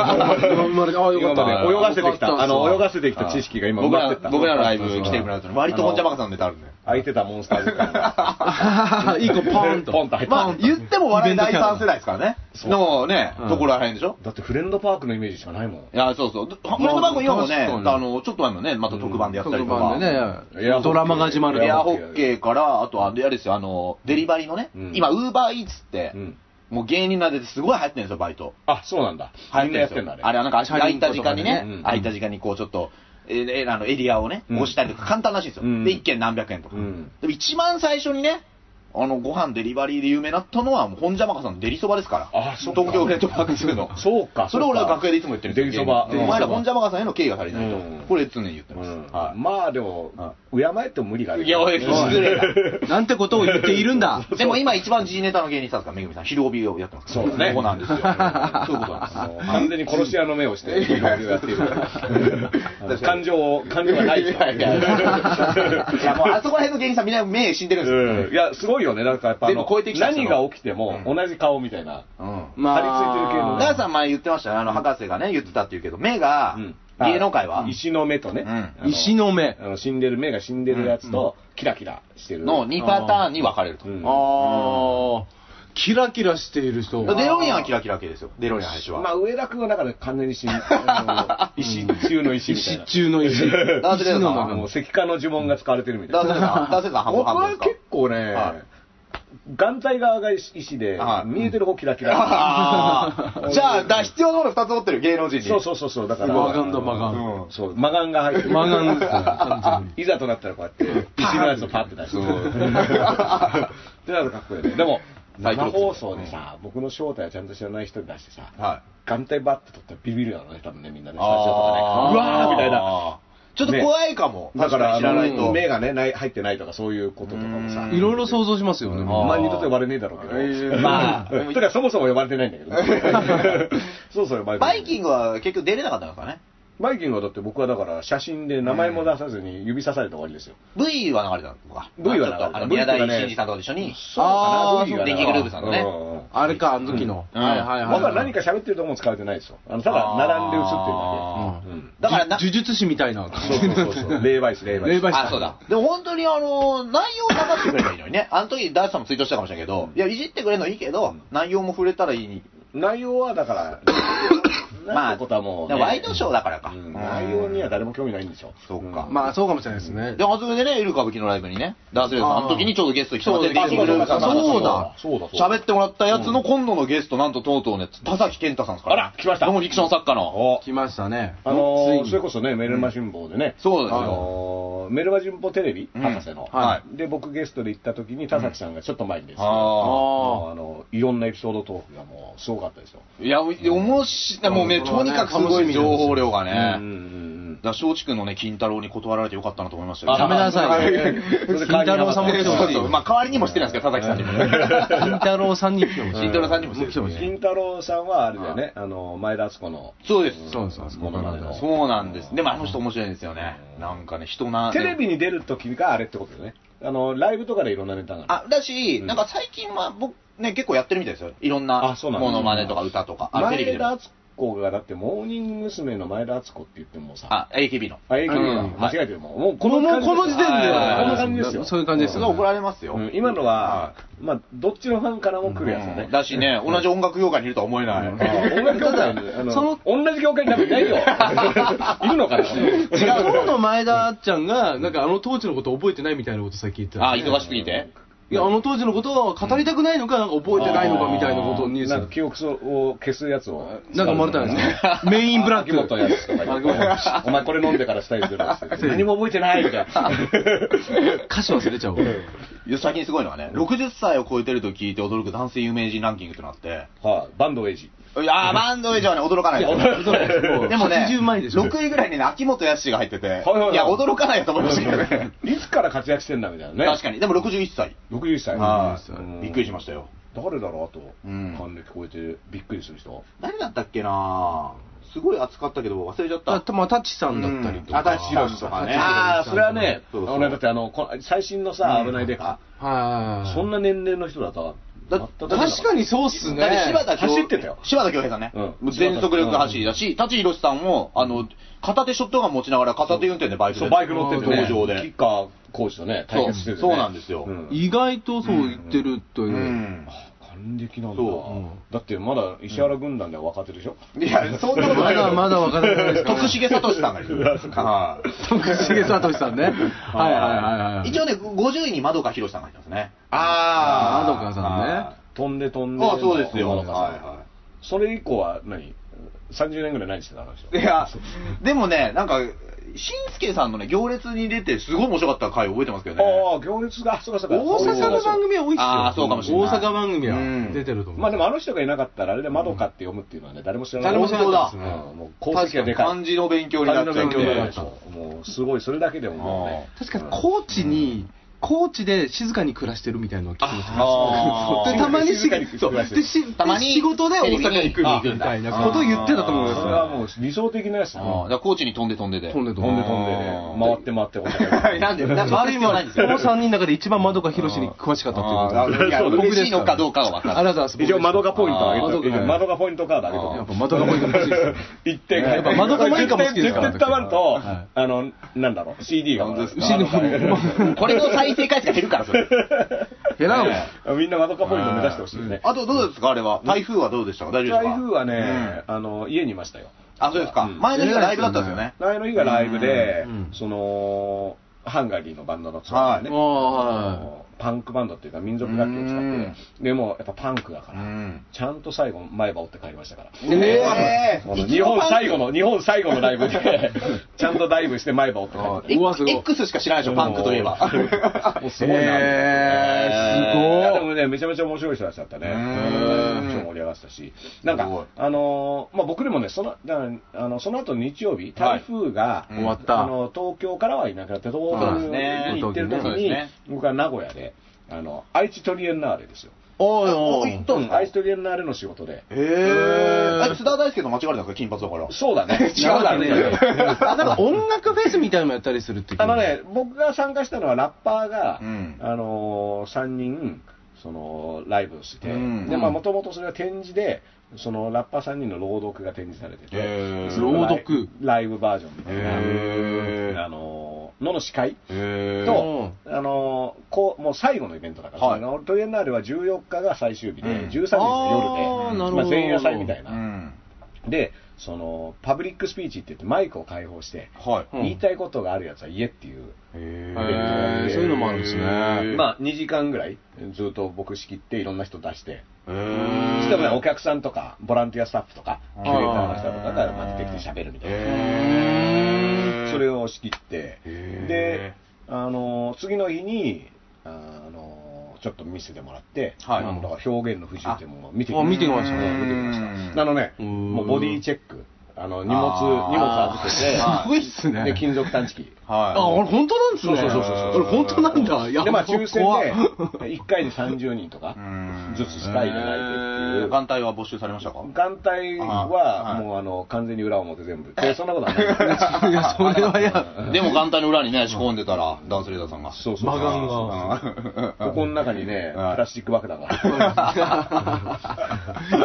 い。生まれてああ、よ今かった。まで泳がせてきた、あの、泳がせてきた知識が今埋僕まってらった。僕らのライブ来 てもらうと、割と本邪魔かさんのネタあるんだよ。空いてたモンスターズから。あーいい子、ポーンと。ポンと入った。まあ、言っても笑い第三世代ですからね。のね、うんところらへんでしょだってフレンドパークのイメージしかないもん。いや、そうそう。フレンド番組今もね、確かにあの、ちょっと前もね、また特番でやったり特とか。番でエアホッケねー、ドラマが始まるエエアよ。ホッケーから、あと、あれですよ、あの、デリバリーのね、うん今、ウーバーイーツって、うんもう芸人なでてすごい流行ってるんですよ、バイト。あ、そうなんだ。流行みんなやってんだあれはなんか、空いた時間にチャねリンコとかでねうん、空いた時間にこう、ちょっと、えーえーあのエリアをね、うん押したりとか、簡単らしいんですよ。うんで、1件何百円とか。うんでも、一番最初にね、あの、ご飯デリバリーで有名になったのは、もう、本邪魔かさんのデリそばですから。あそっか東京フレンドパーク2の。 そうか。それを俺は楽屋でいつも言ってるんデでリすそよ。ば。お前ら本邪魔さんへの敬意が足りないと。うんこれ常に言ってうます。んはまあでも、敬えても無理がある。い。いや、俺、失礼だ。なんてことを言っているんだ。でも今一番 G ネタの芸人さんですから、めぐみさん、昼帯をやってますから。 そうだねここなんですよ。そういうことなあんでの完全に殺し屋の目をして、いろいろやっている。 あの感情を、感情がない。いやいやいすよ。いや、もうあそこら辺の芸人さんみんな目死んでるんですよ。うんいや、すごいよね。なんかやっぱあ全の部超えて、きた何が起きてもうん同じ顔みたいな。うん。張り付いてる系のダーさん前言ってましたよ。あの、博士がね、言ってたって言うけど、目がうん、芸能界は石の目とね。うんあの石の目あの死んでる目が死んでるやつと、キラキラしてる。の2パターンに分かれると。うんああ、キラキラしている人。デロリアンはキラキラ系ですよ。デロリアン林まは。あ、上田君はだから完全に死んあの 石中の石みたい石な。中 の石。ダースレーダーあの、石化の呪文が使われてるみたダいーセンな。さん、ダーセンさん半分僕半分ではすか 結構ねはい、眼帯側が石では、い見えてる方キラキ ラ。あーじゃあ、だ必要なもの2つ持ってる芸能人に。そうそうそうそう、だから。マガンだマガン。うんそう、マガンが入ってる。マガンですね完 いざとなったらこうやって、石のやつをパッて出して。 ってなるとかっこいいよね。でも、サイクロ生プス放送でさ、僕の正体はちゃんと知らない人に出してさ、はい。眼帯バッて取ったらビビるやろね、多分ね、みんなね、スタジオとかね。あうーわーみたいな。。ちょっと怖いかも。だから、確に知らないあのと。目がね、ない入ってないとか、そう いうこととかもさ。いろいろ想像しますよね。おあ前二度と呼ばれねえだろうけど。ーまうあ、んとかそもそも呼ばれてないんだけど。そもそも呼ばれてバない。イキングは結局出れなかったのかね。バイキングはだって僕はだから写真で名前も出さずに指さされて終わりですよ。 V は流れたのか。 V は流れたちょっとあの V 宮とかね台真司さんと一緒に。そうかなあー V がな電気グループさんのねううあれか、あの時の。はいはいはい。僕は何か喋ってると思う使われてないですよ。あのただ並んで写ってるだだからな、呪術師みたいな。け。うん。そうそうそうそう。 霊媒師、霊霊媒師。媒師あ、そうだ。でも本当にあの、内容を流してくれればいいのにね。 あの時、ダースさんもツイートしたかもしれないけど、いや、いじってくれるのいいけど、内容も触れたらいい。内容はだから、まなあんてことはもうね、ワイドショーだからか。うん内容には誰も興味ないんでしょ。そっかんまあそうかもしれないですねで、。あそこでね、エル歌舞伎のライブにね、ダースレーダーさん、あの時にちょうどゲスト来てもらって、そうですゲストに来てくれるそうですそうだ、そうだそうだ喋ってもらったやつの今度のゲスト、なんととうとうね、田崎健太さんですから。あら来ましたノンフィクション作家の。お来ましたね。あのついー、にそれこそね、メルマ新報でね、そうですあよ。のーメルマ新報テレビ、うん博士の、はで、僕ゲストで行った時に、田崎さんがちょっと前にですね、あもうあの、いろんなエピソードトークがもう、すごかったですよ。いや、面白い、もうね、うんとにかくすごい情報量がね。うんうんだから、松竹のね、金太郎に断られてよかったなと思いましたあやめなさいよ。それ金で代わりに太郎さんも来てほしい。まあ、代わりにもしてるんですけど、田崎さんにもね。 金太郎さんに来てほしい。金太郎さんにもしてる来てほしい。金太郎さんはあれだよね、あの、前田敦子の、そうです。そうですそうです。ものまねの。そうなんです。でも、あの人面白いんですよね。なんかね、人な。テレビに出る時があれってことだよね。あの、ライブとかでいろんなネタがある。あ、だし、うんなんか最近は僕、ね、結構やってるみたいですよ。いろんなあそうなんだものまねとか歌とか。あ、テレビ前で田も。敦子が、だって、モーニング娘。の前田敦子って言ってもさ、あ、AKB の。あ、英語うん間違えてるもん。もうこの、もうこの時点で、この感じですよ。そういう感じですすよごい怒られますよ。うん今のは、まあ、どっちのファンからも来るやつだね。だしね、同じ音楽業界にいるとは思えない。あ音楽業界に、あの、同じ業界になんかいないよ。いるのかな違う。当の前田あっちゃんが、なんかあの当時のこと覚えてないみたいなことさっき言って た。あ、忙しすぎて。いや、あの当時のことを語りたくないのか、なんか覚えてないのかみたいなことをニュースなんか記憶を消すやつを。なんか生まれたんですね。メインブラッ秋元ク。やつとか言ってお前これ飲んでからスタイルするやつって何も覚えてないみた いな。歌詞忘れちゃうわ。いや最近すごいのはね、60歳を超えてると聞いて驚く男性有名人ランキングってのあって、はい、バンドエイジ。いやー、バンド以上はね、驚かないです驚かないですもうでもね、 80万位でしょ6位ぐらいにね、秋元康が入っててはいはいは、いいや、驚かないと思いましたけどね。いつから活躍してんだみたいなね。確かに。でも61歳。に。61歳。はい。びっくりしまししたよ。た。誰だろうあと、うん還暦超えてびっくりする人。誰だったっけなぁすごい熱かったけど忘れちゃっあた。と、まあ、タッチさんだったりとか。うんあ舘ひろしとかねああ、それはね、そうそう俺だってあの、こ最新のさ、危ないでか、はい。そんな年齢の人だと、だ全く確かにそうっすだってね。柴田恭走ってたよ柴田恭平さんね。うんもう全速力走りだし、舘ひろしさんも、あの、片手ショットガン持ちながら片手運転でバイクそで。う、バイク乗っててね、道場キッで。カーコーチとね、対決してる、ね、そうそうなんですようん意外とそう言ってるというう。ん。還暦なんだ、そだってまだ石原軍団では若手でしょ、いや、そんなことなまいよだ。まだ分からないですから。徳重聡さんがいる。はい徳重聡さん ね。はいはいはいはい。一応ね、50位に窓川博さんがいますね。あー、あまどかさんね。飛んで飛んでのあそうですよ野中さんはいはそれ以降は何30年ぐらい何してたのでしいや、でもね、なんか、しんすけさんのね、行列に出て、すごい面白かった回覚えてますけどね。ょああ行列がそうかそうか大阪の番組は多いっすよ。あーそうかもしれない大阪番組は出てると思う。まあでもあの人がいなかったらあれで窓かって読むっていうのはね誰も知らない誰も知らなかった本当ですね。うんもう功績がでかい漢字の勉強になっちゃ漢っ字の勉強になっちてゃうもうすごいそれだけでももうね確かに高知に高知で静かに暮らしてるみたいなのは聞きましたあーでたまに静しかに暮らしてるそうでしたまに仕事で大阪に行くあみたいなことを言ってたと思いそれはまもう理想的なやつだああ、なだから高知に飛んで飛んでで。す。飛んで飛飛んんでで飛んでね、回って回ってこはいなんで、なんで、回る必要ないんですこのよ。 3人の中で一番窓が広しに詳しかったっていうことあーで。ーいやそう僕です嬉しいのかどうかは分かある。りがとうございます。 一応、窓がポイントあげ窓てがる。窓がポイントカードあげてやっる。ぱ窓がポイント欲しいですよ。一点やっぱ窓がポイントも好きですから10点10点貯まるとはい、あの、なんだろう、CD がもらえる。牛の方も。これの再生回数が減るから、それ。減らんわ。みんな窓かポイント目指してほしいよね。あと、どうですか、あれは。台風はどうでしたか大丈夫台です風かはね、あの、家にいましたよ。あ、そうですか。うん前の日がライブだったんですよね。前の日がライブでうん、その、ハンガリーのバンドだったんはでいすあよーね。はパンクバンドっていうか民族楽器を使って、でもやっぱパンクだかうら、ん。ちゃんと最後前歯折って帰りましたから。えこの日本最後の、日本最後のライブ で、ちゃんとダイブして前歯折って帰ってい。うわ、すごい。 X しか知らないでしょ、パンクといえば。 もうすごいな。いやでえー、すごい。もね、めちゃめちゃ面白い人たちだったね。うめんちゃ盛り上がってたし。なんすごいか、あのー、まあ、僕でもね、その、だからあの、その後日曜日、台風が、うん終わっあた。の、東京からはいなくなって、東そうで京すねに行ってる時そうですに、ね僕は名古屋で、あの、愛知トリエンナーレですよ。おいおおいい。どうですか愛知トリエンナーレの仕事で。えー。あれ津田大介と間違えたんですか、金髪だから。そうだ ね。違うだろ違うだろあ、なんか音楽フェスみたいなのもやったりするって聞いたあのね、僕が参加したのはラッパーが、うんあのー、3人、その、ライブをして、うんで、まあ、もともとそれは展示で、そのラッパー3人の朗読が展示されてて、へーそのライ朗読ライブバージョンみたいへーな、あのー、のの司会えと、あのーこう、もう最後のイベントだから、はいそのトリエンナーレは14日が最終日で、うん13日のあ夜ーで、なるほまあ、ど前夜祭みたいうな。ん。で、その、パブリックスピーチって言ってマイクを開放して、はい。うん言いたいことがあるやつは言えっていうへへーそういうのもあるんですねまあ、まあ、2時間ぐらい、ずっと僕仕切って、いろんな人出して、へそーしたらねお客さんとか、ボランティアスタッフとか、キュレーターの人とかがまあ出てきて喋るみたいへな、ーそれを仕切って、でへ、あの次の日に、あのちょっと見せてもらって、はいなんだか表現の不自由点も見てあ見てきましたねうん見てきました。あのね、うんもうボディチェック、あの荷物、あー荷物預けて、すごいっすね。で金属探知機。はい。あ、俺本当なんですね。そうそうそうそう俺本当なんだ。いやで、まあ、抽選怖っで、1回で30人とかうんずつしか入れないっていう。眼帯は募集されましたか眼帯あは、はいもう、あの、完全に裏表全部。でそんなこと はない。いや、それ はや。でも眼帯の裏にね、仕込んでたら、ダンスレーダーさんが。そうそう。マガンが ここの中にね、プはいラスチック爆弾が。それ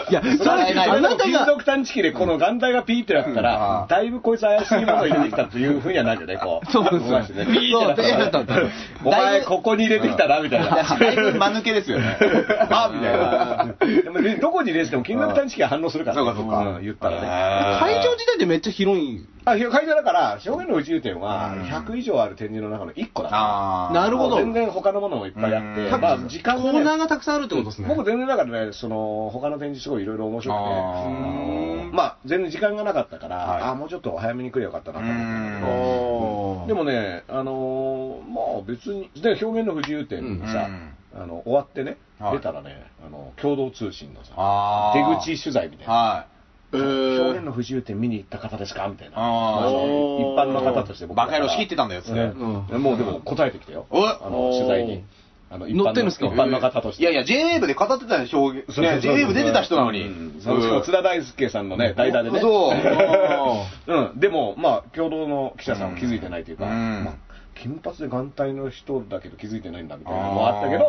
いや、それ、笑えないあなた金が、属探知機でこの眼帯がピーってなったうらん、だいぶこいつ怪しいものを入れてきたっていうふうにはなるよね、こう。そうです動かしてね。そうピーってなっただいら。お前、ここに入れてきたな、みたいな。 だいぶ間抜けですよね。あみたいな。でもねどこに入れてても金属探知機が反応するから。そうかそうかん言ったらね。会場時自体でめっちゃ広い。あ、会場だから、表現の自由点はうん100以上ある展示の中の1個だから。あーなるほど全然他のものもいっぱいあって、うんまあ時コ間がーナーね、がたくさんあるってことですね。僕全然だからね、その他の展示すごいいろいろ面白くて、ああーのまあ全然時間がなかったから、はいあーもうちょっと早めに来ればよかったなと思ったんだうんけおーど、でもね、あのーまあ別に、で表現の不自由点さ、あの終わってね、はい出たらね、あの共同通信のさ、あ出ー口取材みたいな。はえー表現の不自由点見に行った方ですかみたいな。あーまそう一般の方としてい。僕だバかカ野ら。郎仕切ってたんだよ、つって。ねもうでも答えてきたよ。おあの取材に。あの一般の乗ってんですか一般の方として。いやいや、JWAVE で語ってたでしょ、ね、そうそうそう JWAVE 出てた人なのに。うんそのしかも津田大介さんのね、代打でね。そう。うん。でも、まあ、共同の記者さんは気づいてないというか、うんまあ金髪で眼帯の人だけど気づいてないんだみたいなのもあったけあど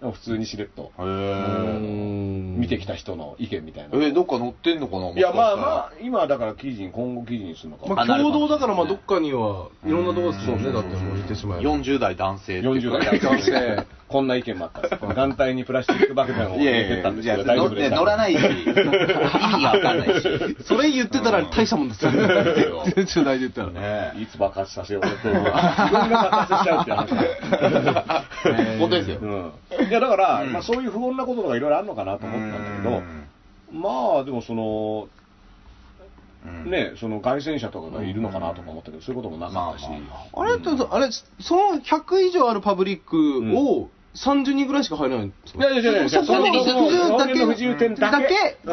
ー、でも普通にしれっとへー見てきた人の意見みたいえな。ー、どっか乗ってんのかないいや、まあまあ、今だから記事に、今後記事にするのか。まあ、共同だから、まあ、どっかには、いろんなとこですもんね、だってもう言ってしまえば。 40代男性って40代男性、こんな意見もあったんです。眼帯にプラスチック爆弾をい入やれいやていたんでや、すじゃあけど、大丈夫乗でしねた乗らないし、意味がわかんないし。それ言ってたら大したもんですよね。全然大言ったら。いつ爆発させようっていうのは、自分が爆発しちゃうっていう話。本当ですよ。うん、いやだから、まあ、そういう不穏なこととかいろいろあるのかなと思ったんだけど、まあでもその、うん、ね、その外戦車とかがいるのかなとか思ったけど、そういうこともなかったし、まああれって、あれ、その100以上あるパブリックを30人ぐらいしか入らないんですかいやいやいやいや、そこのそ不自由だけその不自由点だけだけっていうこと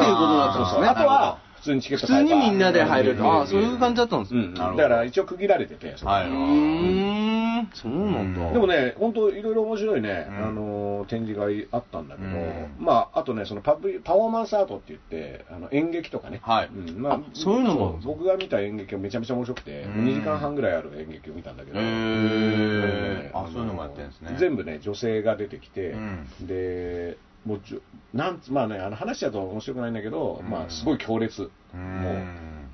うんそうそうだったんですねあとは、普通にチケット普通買えばにみんなで入れうる。んああ、そういう感じだったんですうねん、だから一応区切られてて、そこはい。うん。そうなんだ。でもね、本当いろいろ面白いね、あの展示会あったんだけど、まああとねそのパブリパフォーマンスアートって言ってあの演劇とかね、はいうんまあそういうのも僕が見た演劇はめちゃめちゃ面白くて、うん2時間半ぐらいある演劇を見たんだけど、へーうんあそういうのもやってんですね全部ね女性が出てきて、うんで。もうちょなんつまあね、あの話だと面白くないんだけど、うんまあ、すごい強烈、も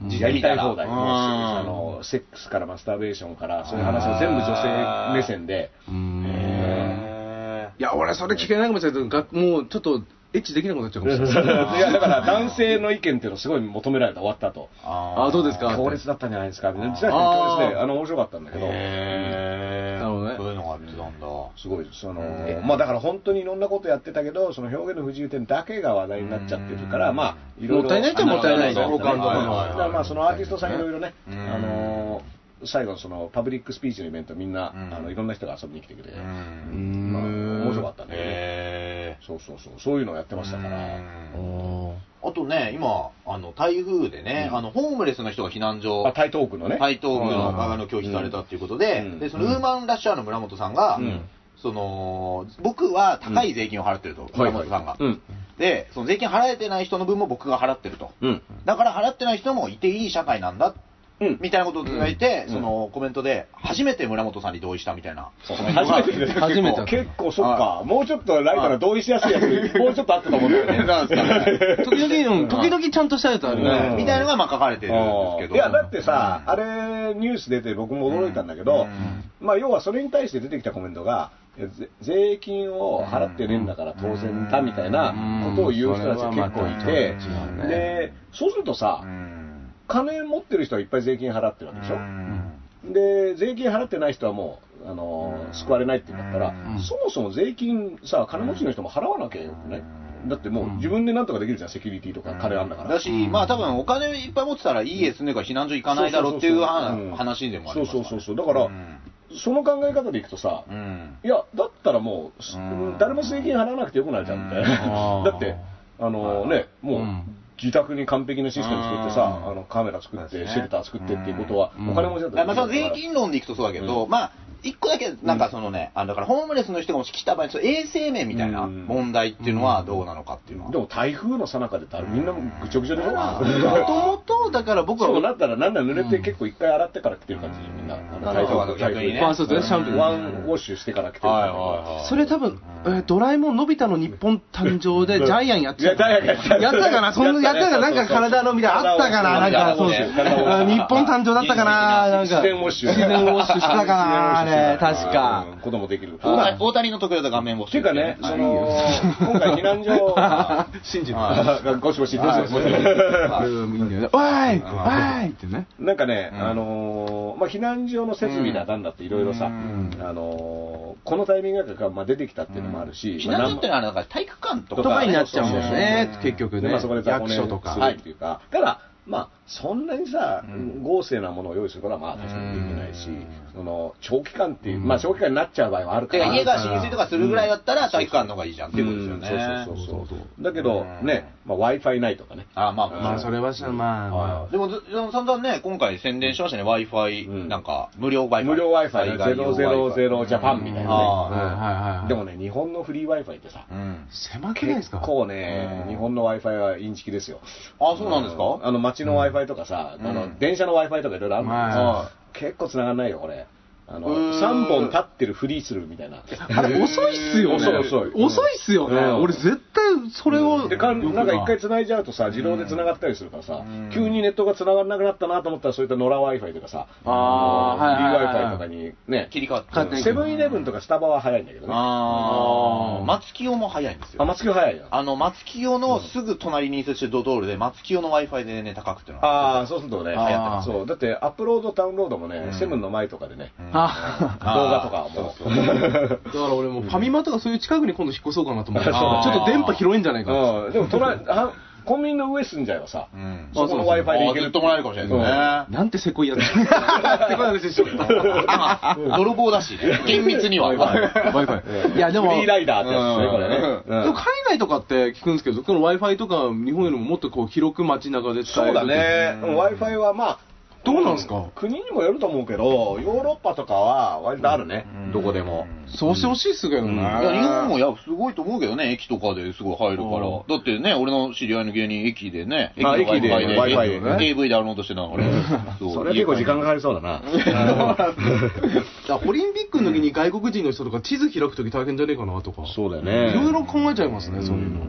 うもやりたい放題、うんあのセックスからマスターベーションからそういう話を全部女性目線でうん。へいや、俺、それ聞けないかもしれないけどが、もうちょっと、エッチできなくなっちゃうかもし れいない。やだから男性の意見っていうのをすごい求められた終わったとーああ、どうですか強烈だったんじゃないですかみたいあなー実は強烈であの面白かったんだけどへーなるほどねそういうのがあってたんだ。すごいそのへーまあだから本当にいろんなことやってたけどその表現の不自由点だけが話題になっちゃってるからうんまあいろいろもったいないっちゃもったいないあのロックアンドロールはだからまあそのアーティストさんいろいろねうんあの最後のそのパブリックスピーチのイベントみんなうんあのいろんな人が遊びに来てくれてうんまあ面白かったねへそうそうそうそういうのをやってましたからーうんおーあとね、今、あの、台風でね、あの、ホームレスの人が避難所あ、台東区のね台東区うのんあの拒否されたっていうことで、うんで、そのウーマンラッシャーの村本さんが、うんその、僕は高い税金を払ってると、は村いは本いさんが、うんで、その税金払えてない人の分も僕が払ってると。うんだから払ってない人もいていい社会なんだ、うんみたいなことを伝えて、うんそのコメントで、初めて村本さんに同意したみたいな。初めてです初めてだ結構そっかもうちょっとライターが同意しやすいやつもうちょっとあったと思うんだよねなんですかね時々、うん時々ちゃんとしたやつあるうんね。みたいなのがまあ書かれてるんですけど。いやだってさ、あれニュース出て僕も驚いたんだけうど、んまあ要はそれに対して出てきたコメントがいやぜ税金を払ってねえんだから当然だみたいなことを言う人たちが結構いてうんそれはまたちょっと違う、ねでそうするとさ、うん金持ってる人はいっぱい税金払ってるわけでしょ、うんで税金払ってない人はもうあのー救われないって言うんだったら、うんそもそも税金さ金持ちの人も払わなきゃよくないだってもう自分でなんとかできるじゃんセキュリティとか金あんだから、だし、まあ多分お金いっぱい持ってたらいいですねから避難所行かないだろうっていうは話でもありますかそらうそうそうそうだから、その考え方でいくとさ、うんいやだったらもう、すうん誰も税金払わなくてよくなるじゃんみたいな、うん だってあのーねもう、うん自宅に完璧なシステム作ってさ、うんあのカメラ作っそうて、ですねシェルター作ってっていうことは、うんお金持ちだったまあ、その税金論でいくとそうだけど、まあ、一個だけ、なんかそのね、あのだからホームレスの人がもし来た場合、その衛生面みたいなうん問題っていうのはどうなのかっていうのは。でも台風の最中でみんなぐちょぐちょでしょ、もともと、だから僕そうは、なったら、なんなら濡れて結構一回洗ってから来てる感じ、みんな。なるほど逆にねまあそうですねシャンプーワンウォッシュしてから来てるはい感はじ。いはいそれ多分、えードラえもんのび太の日本誕生でジャイアンやっていやジャイアンやってたやったかなそんな、やったかななんか体のみたいな、あったかななんか、そうです体をあ日本誕生だったかななんか。自然ウォッシュ自然ウォッシュしたかなあれ、確うかん。子供できる。大まあ谷大谷の得意だ画面をっていうかね、その、今回避難所が、信じる。ゴシゴシ、ゴシゴシ。あれいいんだよね。わーいわーいってね。なんかね、うんあのーまあ、避難所の設備だなんだっていろいろさ、うんあのーこのタイミングが、まあ、出てきたっていうのもあるし、避難所ってのまあは、なんか体育館とととかかね、になっちゃうんですねそうそうそう、結局なんでねまあ、そこで。雑魚役寝所とか。するっていうか、だから、まあ、そんなにさ、豪勢なものを用意することは、まあ、確かにできないし、その長期間っていう、まあ、長期間になっちゃう場合はあるかてら、か家が浸水とかするぐらいだったら体育館の方がいいじゃんっていうことですよね。うんそうそうそうそうそうだけど、うんね、まあ、w i f i ないとかね、あまあ、まあ、それはし、まあまでもず、散々ね、今回宣伝しましたね、Wi-Fi、うんなんか、無料 Wi-Fi。無料 w i f i 0 0 0ジャパンみたいなあ。あね。はいはいはい。でもね、日本のフリー w i f i ってさ、うん狭くないで結すか構ねう、ん日本の w i f i はインチキですよ。あ、そうなんですか、あの街の w i f i とかさ、うんあの電車の w i f i とかいろいろあるんだけどは結構繋がんないよ、これ。あのうーん3本立ってるフリーするみたいな。あれ遅いっすよね。遅い遅いっすよね。うん俺絶対それを。でかんなんか一回繋いじゃうとさ、自動で繋がったりするからうさん、急にネットが繋がらなくなったなと思ったら、そういった野良 Wi-Fi とかさ、あーフリーはいはいはい Wi-Fi とかにね、切り替わって。勝手にセブンイレブンとかスタバは早いんだけどね。あうあ、ん松清も早いんですあ、よ。松木早いよ。あの、松清のすぐ隣に接してるドトールで、松清の Wi-Fi でね、高くっていうのは。ああ、そうするとね、あーそう、だってアップロード、ダウンロードもねうん、セブンの前とかでね、あ動画とかもそうそうだから俺もうファミマとかそういう近くに今度引っ越そうかなと思って。ちあょそうっと電波広いんじゃないかな。うん、でもトラあコンビニの上住んじゃえばさ、うんそこのそうそう Wi-Fi で行けずるっともらえるかもしれないでなんてせこいやつ。せこい話 しちゃっすね。泥棒だし ね、厳密には。た。Wi-Fi。いやでも。フリーライダーってやつね、うんこれね。うんでも海外とかって聞くんですけど、この Wi-Fi とか日本よりももっとこう広く街中で使そえうる。だね、うん Wi-Fi はまあ、どうなんですか国にもよると思うけど、ヨーロッパとかは割とあるね、どこでも。そうしてほしいっすけどね。いや、日本もいや、すごいと思うけどね、駅とかですごい入るから。だってね、俺の知り合いの芸人、駅でね、まあの Wi-Fi で駅で Wi-Fi でね AV ダウンロードしてな がら。それは結構時間かかりそうだな。じゃあオリンピックの時に外国人の人とか地図開く時大変じゃねえかなとか。 そうだよいろいね。ろ考えちゃいますね、そういうの。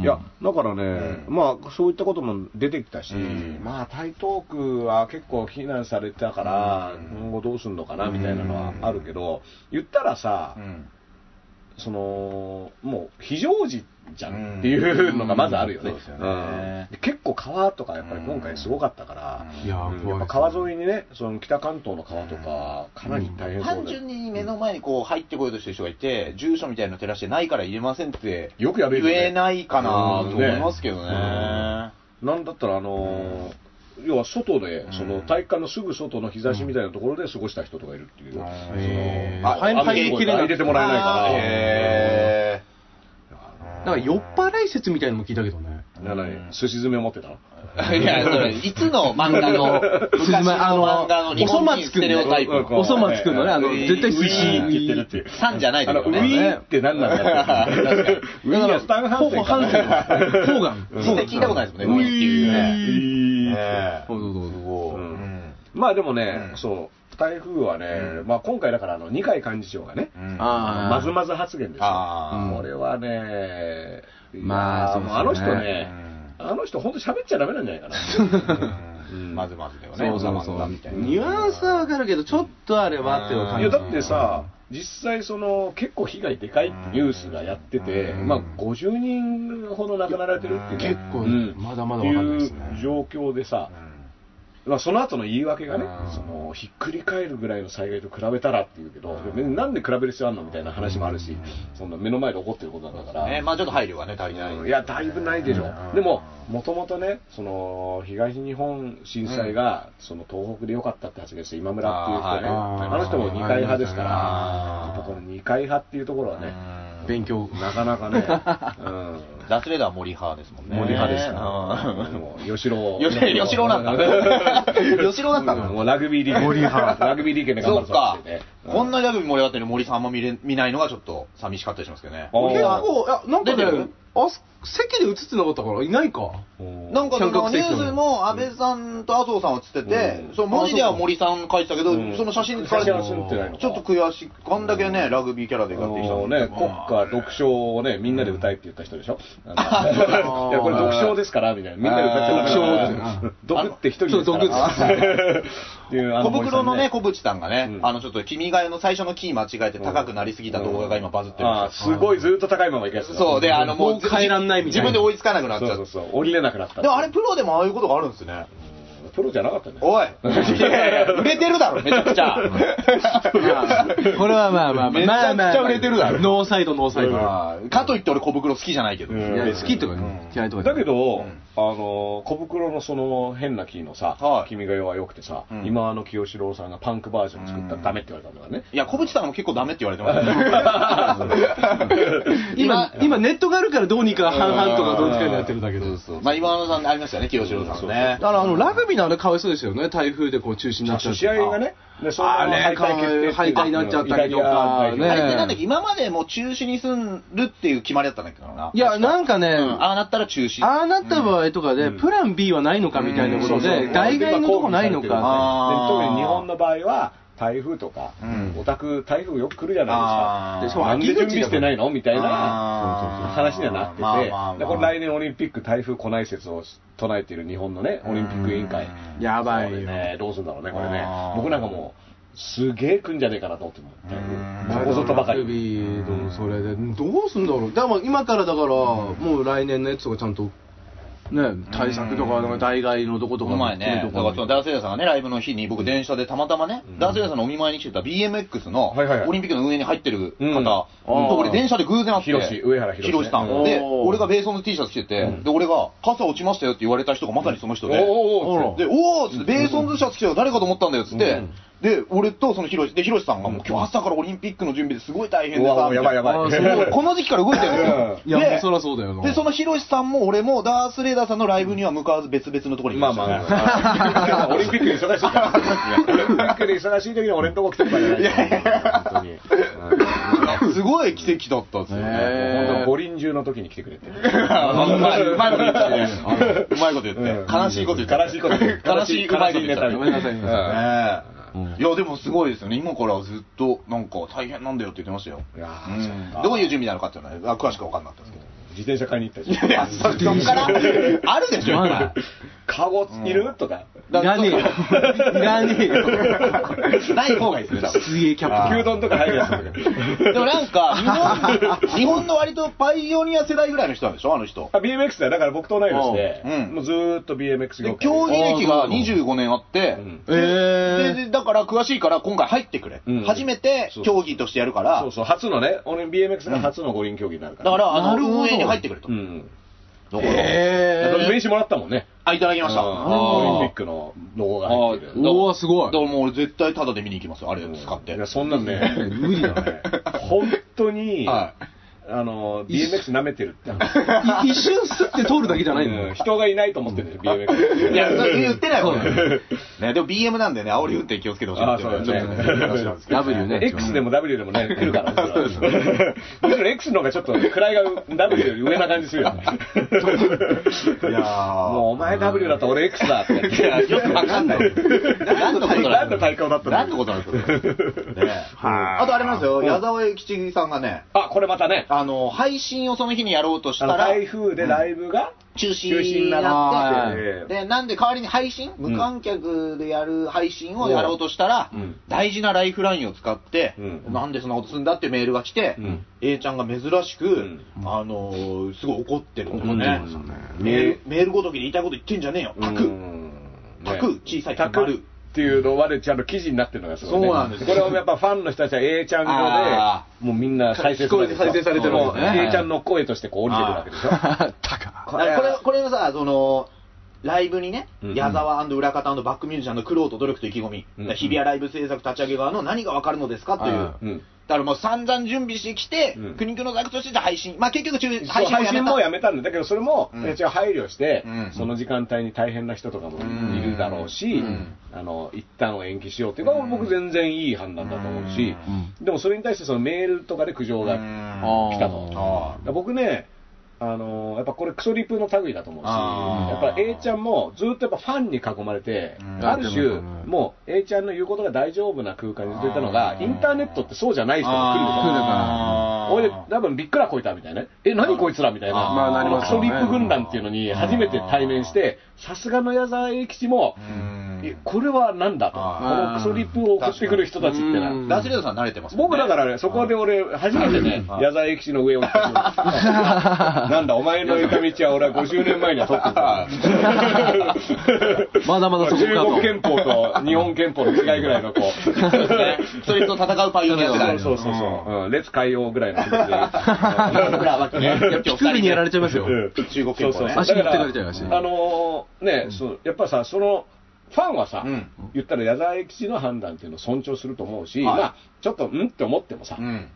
いや、だからね、まあ、そういったことも出てきたし、まあ、台東区は結構非難されてたから、今後どうするのかなみたいなのはあるけど、言ったらさ、そのもう非常時じゃんっていうのがまずあるよね。うんそうですよねうんで結構川とかやっぱり今回すごかったから、いやー、うんやっ怖いぱ。川沿いにね、その北関東の川とか、かなり大変そう単で、純に目の前にこう入ってこようとしてる人がいて、住所みたいなの照らしてないから入れませんってよくやべえよ言ねえないかなと思いますけどね。なんだったら、あのー要は外で、その体育館のすぐ外の日差しみたいなところで過ごした人とかいるっていう、そのへーあ入る雨入りきれない入れてもらえないから。へだから酔っ払い説みたいのも聞いたけどね。ななに寿司詰め持ってたのーいや、それ、いつの漫画 の、昔の漫画の日本人ステレオタイプうのんおそ松くんのね、あの、うん絶対寿ウィーンって言ってるっ司。ていう。さんじゃないけあの、どウィね。ーンって何 なんだろう ウィーンはスタンハンセンかな フォーガン。全然聞いたことないですもんね、ウィーンっていうね。ねそうそうそううんまあでもね、そう、台風はね、まあ今回だからあの二階幹事長がね、あーまずまず発言ですよ。あーこれはね、いまあやーそうですねもあの人ね、あの人本当喋っちゃダメなんじゃないかな。うんまずまずだよね。そうそうそ。まずまずみたいうなニュアンスはわかるけど、ちょっとあれはっていうい感 じ。やだってさ、実際その結構被害でかいってニュースがやってて、まあ50人ほど亡くなられてるっていうね、結構うんまだまだわかんないですねっていう状況でさ、まあ、その後の言い訳がね、そのひっくり返るぐらいの災害と比べたらっていうけど、でなんで比べる必要あるのみたいな話もあるし、そんな目の前で起こってることなんだから、ね、まあちょっと配慮がね、足りない。いや、だいぶないでしょ、でも、もともとね、その東日本震災が、その東北で良かったって発言して、今村っていう人ね、あーあの人も二階派ですから、やあっぱこの二階派っていうところはね、勉強。なかな かね、ダースレーダーは森派ですもんうん、ね。森派ですかうら、んもう吉郎、よし吉郎なん だ。吉郎だったの もうラグビーリーグ、ラグビーリーグで頑そっ張るぞかってね。。こんなラグビー盛り上がってるのに森さんあんま見れ見ないのがちょっと寂しかったりしますけどね。あー結構、いや、なんか出てねる、あ、席で映ってなかったから、いないか。うんなんかその三角ニュ形ースも安倍さんと麻生さんは映ってて、うんその文字では森さん書いてたけど、その写真に使われて写真は写ってないのかちょっと悔しい。こんだけね、ラグビーキャラでやあってきたののね、国歌独唱をね、みんなで歌えって言った人でしょ、あ のいや、これ独唱ですから、みたいな。みんなで歌っちゃあーダメだから毒って一人で言ったあら。っていうあの小袋のね、小渕さんがね、うんあの、ちょっと君が代の最初のキー間違えて高くなりすぎた動画が今バズってるんあでーすごいずっと高いままいくやつすだよ。そう、で、あの、もうもう帰らんないみた自いな分で追いつかなくなっちそゃうっそうて。そう、降りれなくなった。でもあれ、プロでもああいうことがあるんですね。プロじゃなかったね。おいいやいや売れてるだろ、めちゃくちゃ。こ れはまあまあまあ。めちゃくちゃまあまあ売れてるだろノーサイド、ノーサイド。まあかといって俺小袋好きじゃないけど。うんいや、好きとか嫌いとか。だけ、ど、あの小袋のその変なキーのさは「い君が代」は良くてさん今あの清志郎さんがパンクバージョン作ったらダメって言われたんだからねいや、小渕さんも結構ダメって言われて ますね今、今ネットがあるからどうにか半々とかどうにかになってるんだけど。まあ、今野さんありましたよね、清志郎さんのそうそうねだ。からあの、ラグビーのあれかわいそうですよね。台風でこう中止になっちゃう。試合が。ね、でそのまあーま敗ね退決定っていう敗退になっちゃったりとイかタリア敗退ねあれってなんだっけ、今までもう中止にすんるっていう決まりだったんだけどな。いや、なんかね、うんああなったら中止。ああなった場合とかで、プラン B はないのかみたいなことで、代替のとこないのか。あーで特に日本の場合は、台風とか、うんオタク、台風よく来るじゃないですか。あーなんで準備してないのみたいなあー話にはなってて、まあまあまあでこれ来年オリンピック台風来ない説を唱えている日本のね、オリンピック委員会。やばいよそうだね、どうするんだろうね、これねあ。ー僕なんかもう、すげえ来んじゃねえかなと思っても、台風。ここぞとばかラり。グビーのそれで、どうすんだろう。でも今からだから、もう来年のやつとかちゃんと、ね、対策とか、なんか代替のどことこか。の前ね、だからそのダースレーダーさんがね、ライブの日に僕電車でたまたまね、ダースレーダーさんのお見舞いに来てた BMX のはいはいはいオリンピックの運営に入ってるうん方とー俺電車で偶然会って、広志上原広志ね広志さん。で、俺がベーソンの T シャツ着てて、で、俺が傘落ちましたよって言われた人がまさにその人で、おーおーおーあらで、おーっつって、ベーソンズシャツ着てた誰かと思ったんだよっつって、で、俺とそのヒロシ、で、ヒロシさんがもう今日朝からオリンピックの準備ですごい大変うでわ、さ、もうやばいやみたばあい。ーそう なこの時期から動いてるんですよ。いや、もでうそりゃそうだよな。で、そのヒロシさんも俺もダース・レーダーさんのライブには向かわず別々のところに行まあきままあしたね。まあ、 オリンピックで忙しいから。オリンピックで忙しい時に俺んとこ来てるからじゃない。本当に。すごい奇跡だったんですよ本当ね。五輪中の時に来てくれて。うまい、うまいこと言ってね。うまいこと言って。うん悲しいこと言って。悲しいこと言って悲しい、うまいこと言ってた。悲しいごめんなさい、皆さんねえいや、でもすごいですよね。今からずっと、なんか大変なんだよって言ってましたよ。いやうーんそっかどういう準備なのかっていうのは、あ詳しくは分かんなかったんですけど。自転車買いに行ったし。いや、そそっから、あるでしょ、今。だカゴいるとか。いらね えよ。いらね えよ。ない方がいいですね、多分すげえキャップ。牛丼とか入るやつとか。でもなんか、日本、日本の割とパイオニア世代ぐらいの人なんでしょ、あの人。あ BMX だよだから僕と同い年で、うんもうずーっと BMX で業界競技歴があー25年あってう、んでええ。でだから詳しいから今回入ってくれ、うん初めて競技としてやるからそうそう初のね俺 BMX が初の五輪競技になるかだら、からあなるほのど運営に入ってくれと、うんだからえ名刺もらったもんねあいただきましたうんあオーリンピックのロゴが入ってるうわすごいだからもう俺絶対タダで見に行きますよあれうん使って、いやそんなんねえ。無理だね。 本当に、はあの BMX 舐めてるって話 い一瞬スって通るだけじゃないんだうよん。人がいないと思ってるでしょ BMX い や、それ言ってないもんね。ね、でも BM なんでね、煽り運転気をつけてほしいあなあっていそうのうはだちょっとね話なんねですけど X W ねでも W でもね来るからね それはむしろ X の方がちょっと位が W より上な感じするよね いやーもうお前 W だったら俺 X だっていや、よくわかん ない。何のことな何んのだ大会だったの何のことなんですかねねはいあとあれなんですよ、矢沢永吉さんがね、あこれまたねあの、配信をその日にやろうとしたあのら、台風でライブが中中止止ににななっ、っててで、なんで代わりに配信、無観客でやる配信をやろうとしたら、うん大事なライフラインを使って、うんなんでそんなことするんだってメールが来て、うん A ちゃんが珍しく、んあのーすごい怒ってるんだ怒よってねましたねメール。メールごときで言いたいこと言ってんじゃねえよ、うんパうクんパねク小さいタタククっていうのまでちゃんと記事になってるのがすごい、ね、そうなんですよこれをやっぱファンの人たちは A ちゃんあ語でもうみんな再生するわけでしょ再生されてるもわうけですね A ちゃんの声としてこう降りてくるわけでしょ これこれのさ、その、ライブにね、うん矢沢裏方バックミュージシャンの苦労と努力と意気込み、うん日比谷ライブ制作立ち上げ側の何がわかるのですかという、うんうんだからもう散々準備してきて、うん苦肉の策として配信、まあ結局中、配配信信もやめもた。やめたんだだけどそれもうん一応配慮して、うんその時間帯に大変な人とかもいるだろうし、うんあの一旦を延期しようっていうのは僕全然いい判断だと思うし、でもそれに対してそのメールとかで苦情が来たあと。だから僕ね、あのーやっぱこれ、クソリプの類だと思うし、あーやっぱ A ちゃんもずっとやっぱファンに囲まれて、うんあるう種、んもう A ちゃんの言うことが大丈夫な空間にずっといたのが、うんインターネットってそうじゃない人が来る来のるかのかな、あ俺、多分びっくらこいたみたいな、え、何こいつらみたいな、あーまあなりますクソよリねプ軍団っていうのに初めて対面して、さすがの矢沢永吉も、えこれはなんだと、あーこのクソリプを送ってくる人たちってな。うんダースレーダーさん慣れてますもんね僕だからね、そこで俺、初めてね、はい矢沢永吉の上を行ってくるなんだ、お前の床道は俺は50年前には取ってるまだまだそこかと中国憲法と日本憲法の違いぐらいのこう。そうですねそれと戦うパイオニア世代そうそうそうそう。うん、列海洋ぐらいの気持ちで。僕らはねいや、ピクルにやられちゃいますよ。中国そう憲そ法うねそう。足持ってかれちゃいますしだからあのーね、そうやっぱさ、その、ファンはさ、うん言ったら矢沢永吉の判断っていうのを尊重すると思うし、はいまあ、ちょっと、うんって思ってもさ、うん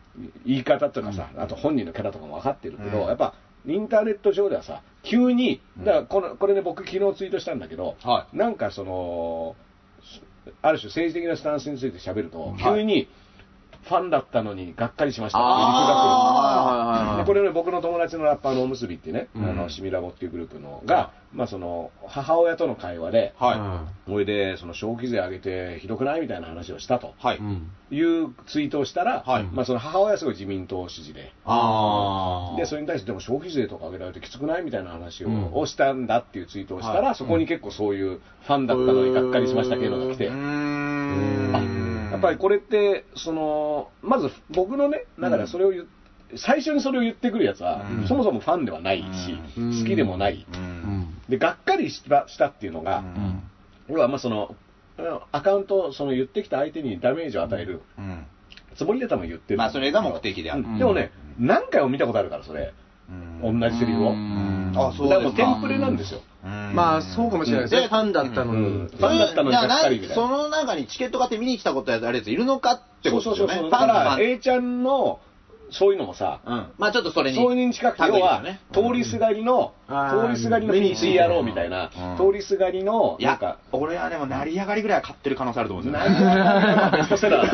言い方とかさ、あと本人のキャラとかも分かってるけど、うんやっぱインターネット上ではさ、急に、だからこのこれね、僕、昨日ツイートしたんだけど、はなんかその、ある種政治的なスタンスについて喋ると、はい急に、ファンだったのにがっかりしましたっていうリプが来るのあーはいはいはいはでいこれね、僕の友達のラッパーのおむすびってね、うんあのシミラボっていうグループのが、まあ、その母親との会話で、はおいで、その消費税上げてひどくないみたいな話をしたとい。はうい。んいうツイートをしたら、はいまあ、その母親はすごい自民党支持で、あーでそれに対して、でも消費税とか上げられてきつくないみたいな話を,、うんしたんだっていうツイートをしたら、はそこに結構そういうファンだったのにがっかりしましたけどが来て、うーんあやっぱりこれって、そのまず僕のね、だからそれを言っ最初にそれを言ってくるやつは、うんそもそもファンではないし、うん好きでもない、ううんんでがっかりしたしたっていうのが、うん要はまあそのアカウント、その言ってきた相手にダメージを与えるうんつもりで多分言ってる、まあそれが目的であるうんでもね、何回も見たことあるから、それ、うん同じセリフを。うんあそうだかでらもうすテかンプレなんですよ。うんまあ、そうかもしれないですでね。ファンだったのうにん。ファンだったのにがっかりみたいなその中にチケット買って見に来たことやるやついるのかってそこうそとうですそよね。うそう。だファかンら、ファン A ちゃんの、そういうのもさ、うん。まあちょっとそれに。そういうに近く、類要だはよね、通りすがりの、うん通りすがりのうん PC やろうみたいな、うん通りすがりの、いなんかや、、俺はでも成り上がりぐらいは買ってる可能性あると思うんですよね。なんかベストセラー だ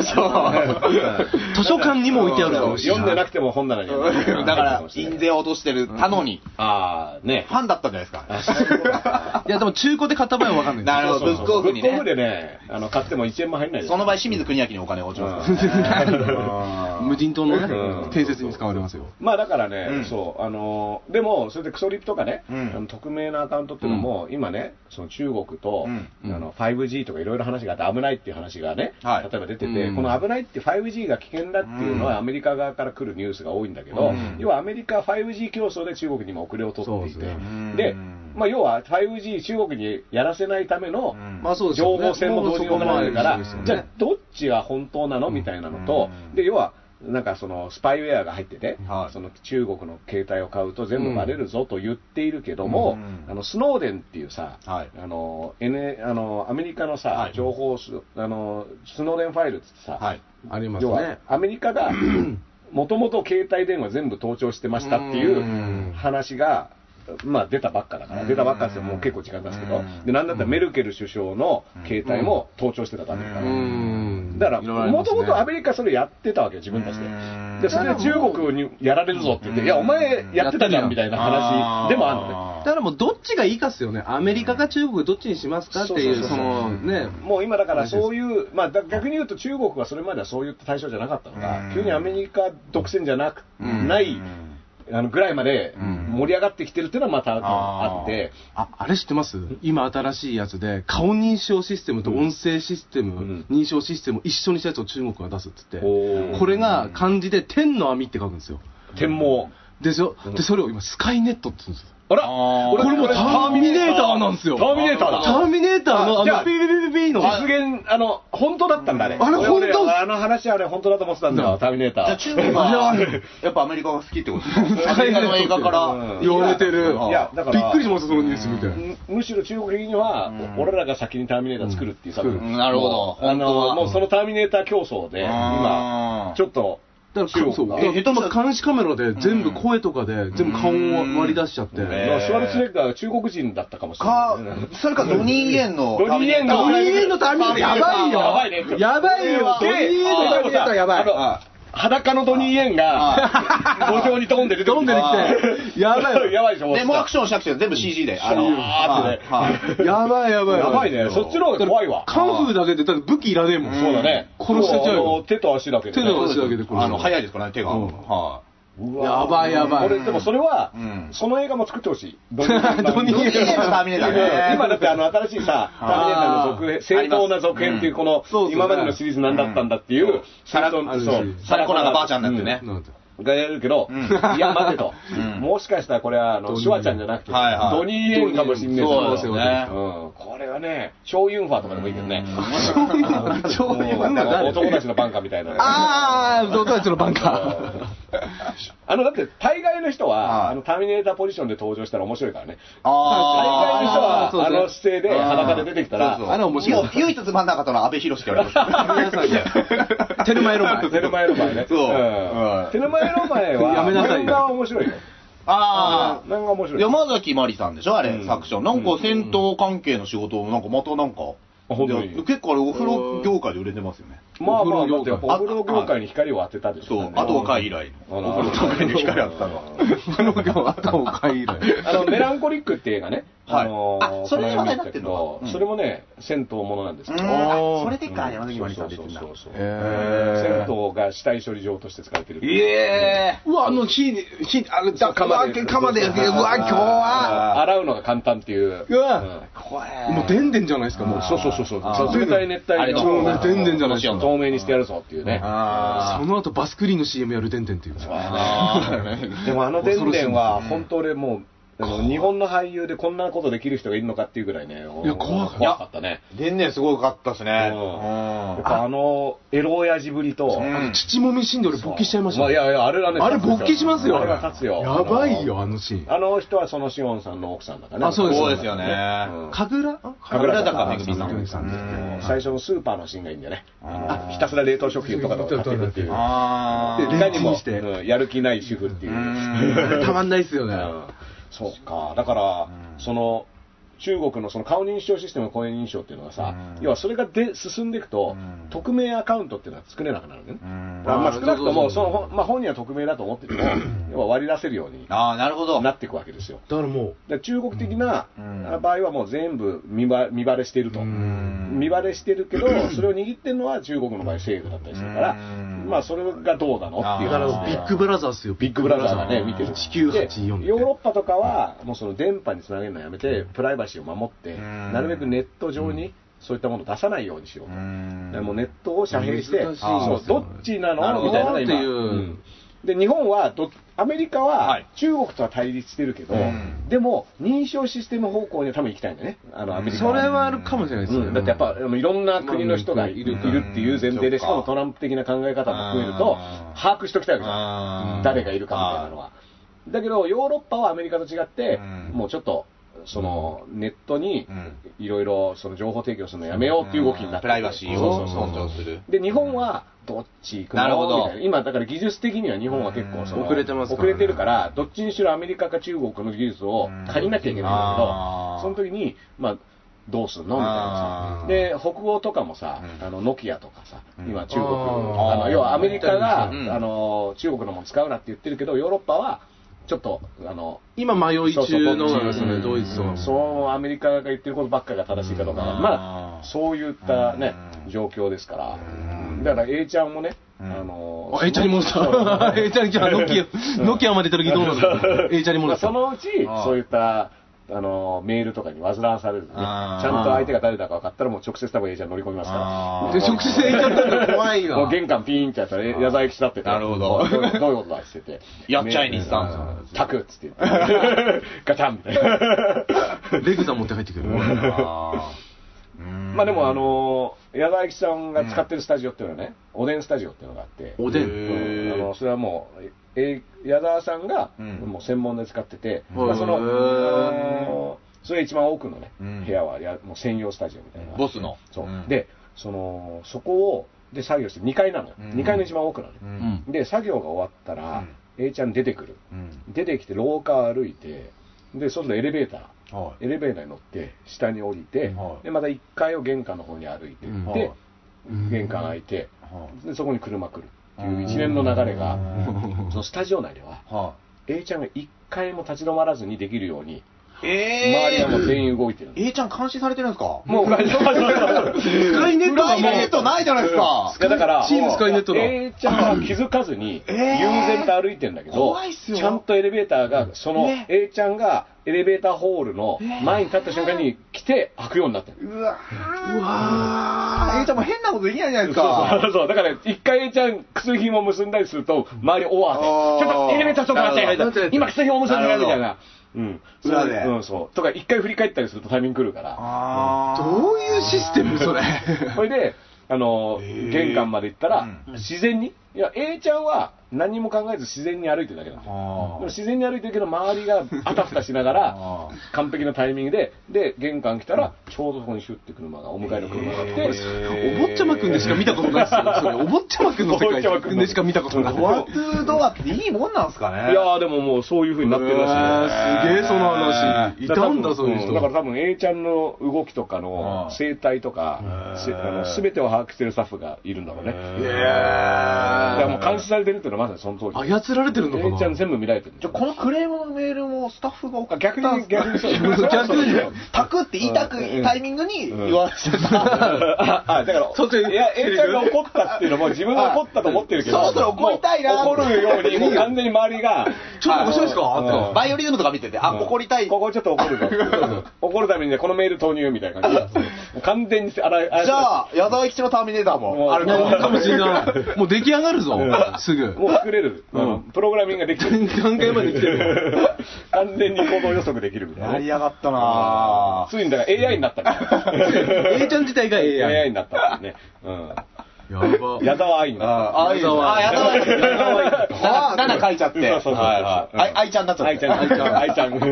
図書館にも置いてあるかもしれ読んでない。なくても本棚に置いてあるだから、印税を落としてる他のに、ああ、 ねフ。ァンだったんじゃないですか。いや、でも中古で買った場合はわかんないです。なるほど、ブックオフブッにクオフね。でね、あの買っても1円も入んないですその場合、清水国明にお金が落ちますからね。うん無人島のうねん、定説に使われますよ。まあだからね、うんそう、あのーでも、それでクソリップとかね、うんあの匿名なアカウントっていうのも、今ね、その中国と、うんあの 5G とかいろいろ話があって、危ないっていう話がね、はい例えば出てて、うんこの危ないって、5G が危険だっていうのうんは、アメリカ側から来るニュースが多いんだけど、うん要はアメリカは 5G 競争で中国にも遅れを取っていて、そうですねでうんまあ、要は 5G、中国にやらせないための、うんまあそうです情よね報戦も同時に行われるから、もうそこまでですよねじゃあ、どっちが本当なのみたいなのと、うんで要は、なんかそのスパイウェアが入ってて、はいその中国の携帯を買うと全部バレるぞと言っているけども、うんあのスノーデンっていうさ、はいあの N あのアメリカのさ、はい情報すあの、スノーデンファイルってさ、はい。あります要はね。アメリカがもともと携帯電話全部盗聴してましたっていううん話が、まあ、出たばっかだかうら、ん出たばっかですよ、もう結構時間経つけうどん、でなんだったらメルケル首相の携帯も盗聴してただけだかうらう。ん。だから、いろいろありもますとねもとアメリカそれやってたわけよ、自分たちで。で、それで中国にやられるぞって言って、いや、お前やってたじゃんみたいな話でもあるのね。だからもうどっちがいいかっすよね。アメリカか中国どっちにしますかっていそうう、そうそうそのね。もう今だからそういう、まあ、だ逆に言うと中国はそれまではそういった対象じゃなかったのうがん、急にアメリカ独占じゃなく、うんないうんあのぐらいまでん盛り上がってきてるっていうのはまたあって、あ、あれ知ってます今新しいやつで、顔認証システムと音声システム、認証システムを一緒にしたやつを中国が出すって言って、ここれ、れが漢字で天の網って書くんですよ。天網。でしょで、それを今スカイネットって言うんですよ。あらこれもうターミネーターなんですよ。ターミネーターだ。ターミネーターの、あじゃああの、ピーピーピーピーの。実現、あの、本当だったんだ、あれ。あれ本当俺俺あの話あれ本当だと思ってたんだうよ、んターミネーター。じゃあ中国は、やっぱアメリカが好きってことですかアメリカの映画から。言われてる。いやだからびっくりしました、そのニュース見て。む むしろ中国的には、お俺らが先にターミネーター作るっていう策、うんうんなるほどもうあ本当のはもうそのターミネーター競争で、今あー、ちょっとだか中ら、国そう。がだから下手な監視カメラで全部声とかで、全部顔を割り出しちゃって。シねュワルツェネッガーが中国人だったかもしれかないね。、それかドニー・イエンの。ドニーイエンのドニーイエンのターミネーターやばいよ。やばいねやばいよ。ドニーイエンのターミネーターやばいでも。さあの裸のドニーイエンが、土俵にドンで出てくる。ドンで出てきてやばいよ やばいでしょ、で、もうアクションしたくて全部 CG で。あの、あーってねはいはいやばいやばい。やばいね。そっちの方が怖いわ。カンフーだけで、だって武器いらねえもん。そうだね。殺してちもあゃうのよ。手と足だけでね。手と足だけで殺してあの、早いですからね、手が。うんはうわやばいやばい俺、でもそれはうん、その映画も作ってほしい。ドニーイエン ドニい。ドニー・イエンのターミネーターね。 今だってあの新しいさ、ターミネーターの続編、正当な続編っていうこのそうそう、今までのシリーズ何だったんだっていう、サラそうあるしサラコナがばあちゃんになってねなんだがやるけど、うんいや、待てと、うんもしかしたらこれはあのドニーシュワちゃんじゃなくて、はいはいドニー・イエンかもしんねえそうぞですうよんね。これはね、ショーユンファーとかでもいいけど ね、超もう今なんか男たちのバンカーみたいな。あー、ドタッチのバンカあのだって、大概の人は、はいあのターミネーターポジションで登場したら面白いからね、大概の人あはあーあそうですねの姿勢で裸で出てきたら、そうあれ面白いもう唯一つまんなかったのは阿部寛って言われました。 ー。テルマエロマエ。テルマエロマエね。そうんはいテルマエロマエは、やめなさ漫いよ画は面白いよ。あ漫画は面あ。白い。山崎まりさんでしょあれ、うん作詞の。なんか戦闘関係の仕事を、なんかまたなんか。あ本当にで結構あれお風呂業界で売れてますよね。まあまあ、お風だっ呂業界てやっぱお風呂業界に光を当てたでしょ。そう。あと若い以来の。あらお風呂業界に光あったのは。あの子は赤を買い以来。あの、メランコリックって映画ね。はいのーあそれで話題になってんのかこの間見たけどうんそれもね、銭湯ものなんですうけんど。あおーそれでか、山崎まりさそんう出てそうんだそ。うそう。え銭湯が死体処理場として使われてる。えー。うわ、あの火に、火に、あ、だ、釜でうわ釜でやってる。うわ、今日は。あー洗うのが簡単っていう。うわん怖い。もう出んでんじゃないですか、もう。そうそうそうそう。あそう冷たい熱あ帯れの。そうねでんでんじゃないですか透明にしてやるぞっていうね。あその後バスクリーンの CM やるでんでんっていう。あ。でもあの電電は、本当俺もう、あの日本の俳優でこんなことできる人がいるのかっていうぐらいね、いや怖かった怖かったね。でんねんすごかったですね。やっぱあの、エロ親父ぶりと、うん父もみ死んで俺勃起しちゃいましたまあいやいや、あれはね、あれ勃起しますよあれは立つよ。やばいよあのシーンあの人はそのシオンさんの奥さんだからね。あそうですそうですよねうん神楽神楽坂めぐみさんめぐみさんですうん最初のスーパーのシーンがいいんだよね。あひたすら冷凍食品とかと買っていくっていう。いあーでかにレンチもンしてうんやる気ない主婦っていうう。んあれたまんないっすようねんそうか。だから、その、中国のその顔認証システムの声認証っていうのがさ、うん要はそれがで進んでいくと、うん匿名アカウントっていうのは作れなくなるのね。うんまあまああー少なくとも、そそうそうそうの、まあ本人は匿名だと思ってても、要は割り出せるようにあー、なるほど。なっていくわけですよ。だからもだから中国的なうん場合はもう全部見ば見バレしてると、ん見バレしてるけど、それを握ってるのは中国の場合、政府だったりするから、うんまあそれがどうなのっていううだか話らであービッグブラザーっすよビッグブラザーがね、見てる。 1984でヨーロッパとかは、もうその電波につなげるのやめて、プライバシーを守って、うんなるべくネット上にそういったものを出さないようにしよううと。んでもうネットを遮蔽して、難しいそでうすどよっちななるのほどみたいなのが今っていうんで日本はどアメリカははい中国とは対立してるけど、うんでも認証システム方向には多分行きたいんだよね、あのアメリカそれははあるかもしれないですうねんだってやっぱあのいろんな国の人がいる,、うんいるっていう前提うで、んしかもトランプ的な考え方も含めるうとん、把握しておきたいわけあじゃん、ー誰がいるかみたいなのは。だけど、ヨーロッパはアメリカと違って、うんもうちょっとそのネットにうんいろいろその情報提供するのやめようっていう動きになってるプライバシーそをうそうそう尊重する。で、日本はどっち行くのなるほどみたいな今、だから技術的には日本は結構そのうん遅れてますか遅らねれてるから、どっちにしろアメリカか中国の技術を借りなきゃいけないんだうんけど、そ の時に、まあ、どうすんのみたいなあさ。ーで、北欧とかもさ、うんあの、ノキアとかさ、うん今中国、ああーの、要はアメリカが、うんあの、中国のもの使うなって言ってるけど、ヨーロッパは、ちょっと、あの、今迷いそうそう中のどがっちそのドイツとうんそう、アメリカが言ってることばっかが正しいかどうかは、うんまあ、そういったねう、ん状況ですから、だから A ちゃんもね、あんのあ、エイチャリモンスタ ー。エイチャリ、じゃあ、ノキア、ノキアまで行った時どうな のエイチャリモまンあスタそー。のうちあ、そういった、あのメールとかに煩わされるとね、ちあーゃんと相手が誰だか分かったら、もう直接多分 A ちゃん乗り込みますかあら。で直接エイチャリモンスター怖いもうわ。玄関ピーンってやったら、え矢沢駅来たってて。なるほどういうどういうことだって言って。やっちゃいにしたんですようんタクっつって言 って。 ガチャンって。レグザ持って帰ってくる。あーうんまあでも、あの矢沢駅さんが使ってるスタジオっていうのはね、おでんスタジオっていうのがあって、おでへん。うんあーのそれはもう、え矢沢さんがうんもう専門で使ってて、うんまあ、その、へーあのそれ一番奥のね、うん部屋はやもう専用スタジオみたいな。ボスの。そう、ん、で、その、そこを、で作業して2階なのよ。うん2階の一番奥なのよう。。うんん。で、作業が終わったら、A ちゃん出てくる。うん。出てきて廊下歩いて、で、外のエレベーター。はい。エレベーターに乗って、下に降りて、はいで、また1階を玄関の方に歩いてうんっはいて、玄関開いて、はいでそこに車来るってういうん一連の流れがうん、そのスタジオ内では、は A ちゃんが一回も立ち止まらずにできるように、い。周りえはもうー、全員動いてるんです。えーちゃん監視されてるんですか もう、スカイネップトがラもうイベートないじゃないですか。だから、チームスカイネットだ A ちゃんは気づかずに、悠えー然と歩いてんだけど怖いっ、すよちゃんとエレベーターが、そのね A ちゃんがエレベーターホールの前に立った瞬間に来て開くようになってる。うわうわー。えーちゃんも変なことできないじゃないですそうか。そうそうだから、一回、ちゃん、薬品を結んだりすると、周り、おわって、ちょっとエレベーターとかあなるほってど、今、薬品を結んでるみたいなるな。うん。裏でうん、そう。とか、一回振り返ったりするとタイミング来るから。あーどういうシステムそれ。それで、あの、へー玄関まで行ったら、うん自然に、いや、A ちゃんは何も考えず自然に歩いてるだけなんですよ。あでもー自然に歩いてるけど、周りがあたふたしながら あ、完璧なタイミングで、で、玄関来たら、ちょうどそこにシュッて車が、お迎えの車が来て、お坊ちゃまくんでしか見たことないっすよ。それ、お坊ちゃまくんの世お坊ちゃま界くんでしか見たことない。ワンツードアっていいもんなんですかね。いやーでももうそういう風になってるらしうわーすげえ、その話。いいよ。たんだ、そういうだから人。多分 A ちゃんの動きとかのうん生態とか、うんせあの全てを把握してるスタッフがいるんだろうね。いやだからーもう監視されてるっていうのはまさにその通り。操られてるのか A ちゃんな全部見られてる。じゃあこのクレームのメールもスタッフが送あっ逆たんにすか逆にそう。逆にねパクって言いたくタイミングに言わせた。 ああだから、そっちいや、A ちゃんが怒ったっていうのも自分が怒ったと思ってるけど、あそろそろ怒りたいなもう怒るように、もう完全に周りが、ちょっと面白いですあのかうんバイオリズムとか見てて、あ、怒りたい。ここちょっと怒 るぞ。怒るためにね、このメール投入みたいな感じ。もう完全にあら、あらじゃあ、矢沢永吉のターミネーターもあるもうやるかかももししれれない。ない。もう出来上がるぞ、すぐ。もう作れる。うん プログラミングができる。段階まで来てる。完全に行動予測できるみたいな。やりやがったなぁついにだから AI になったみたいな。 A ちゃん自体が AI。 AI になったんだよね。うやばん。。矢沢愛になっああ、いいですねあ、やだわ、やだわ。7、七書いちゃって。そうそうそうそうはいはい。あい、あいちゃんになっちゃた。って。愛ちゃん、愛ちゃん、愛ち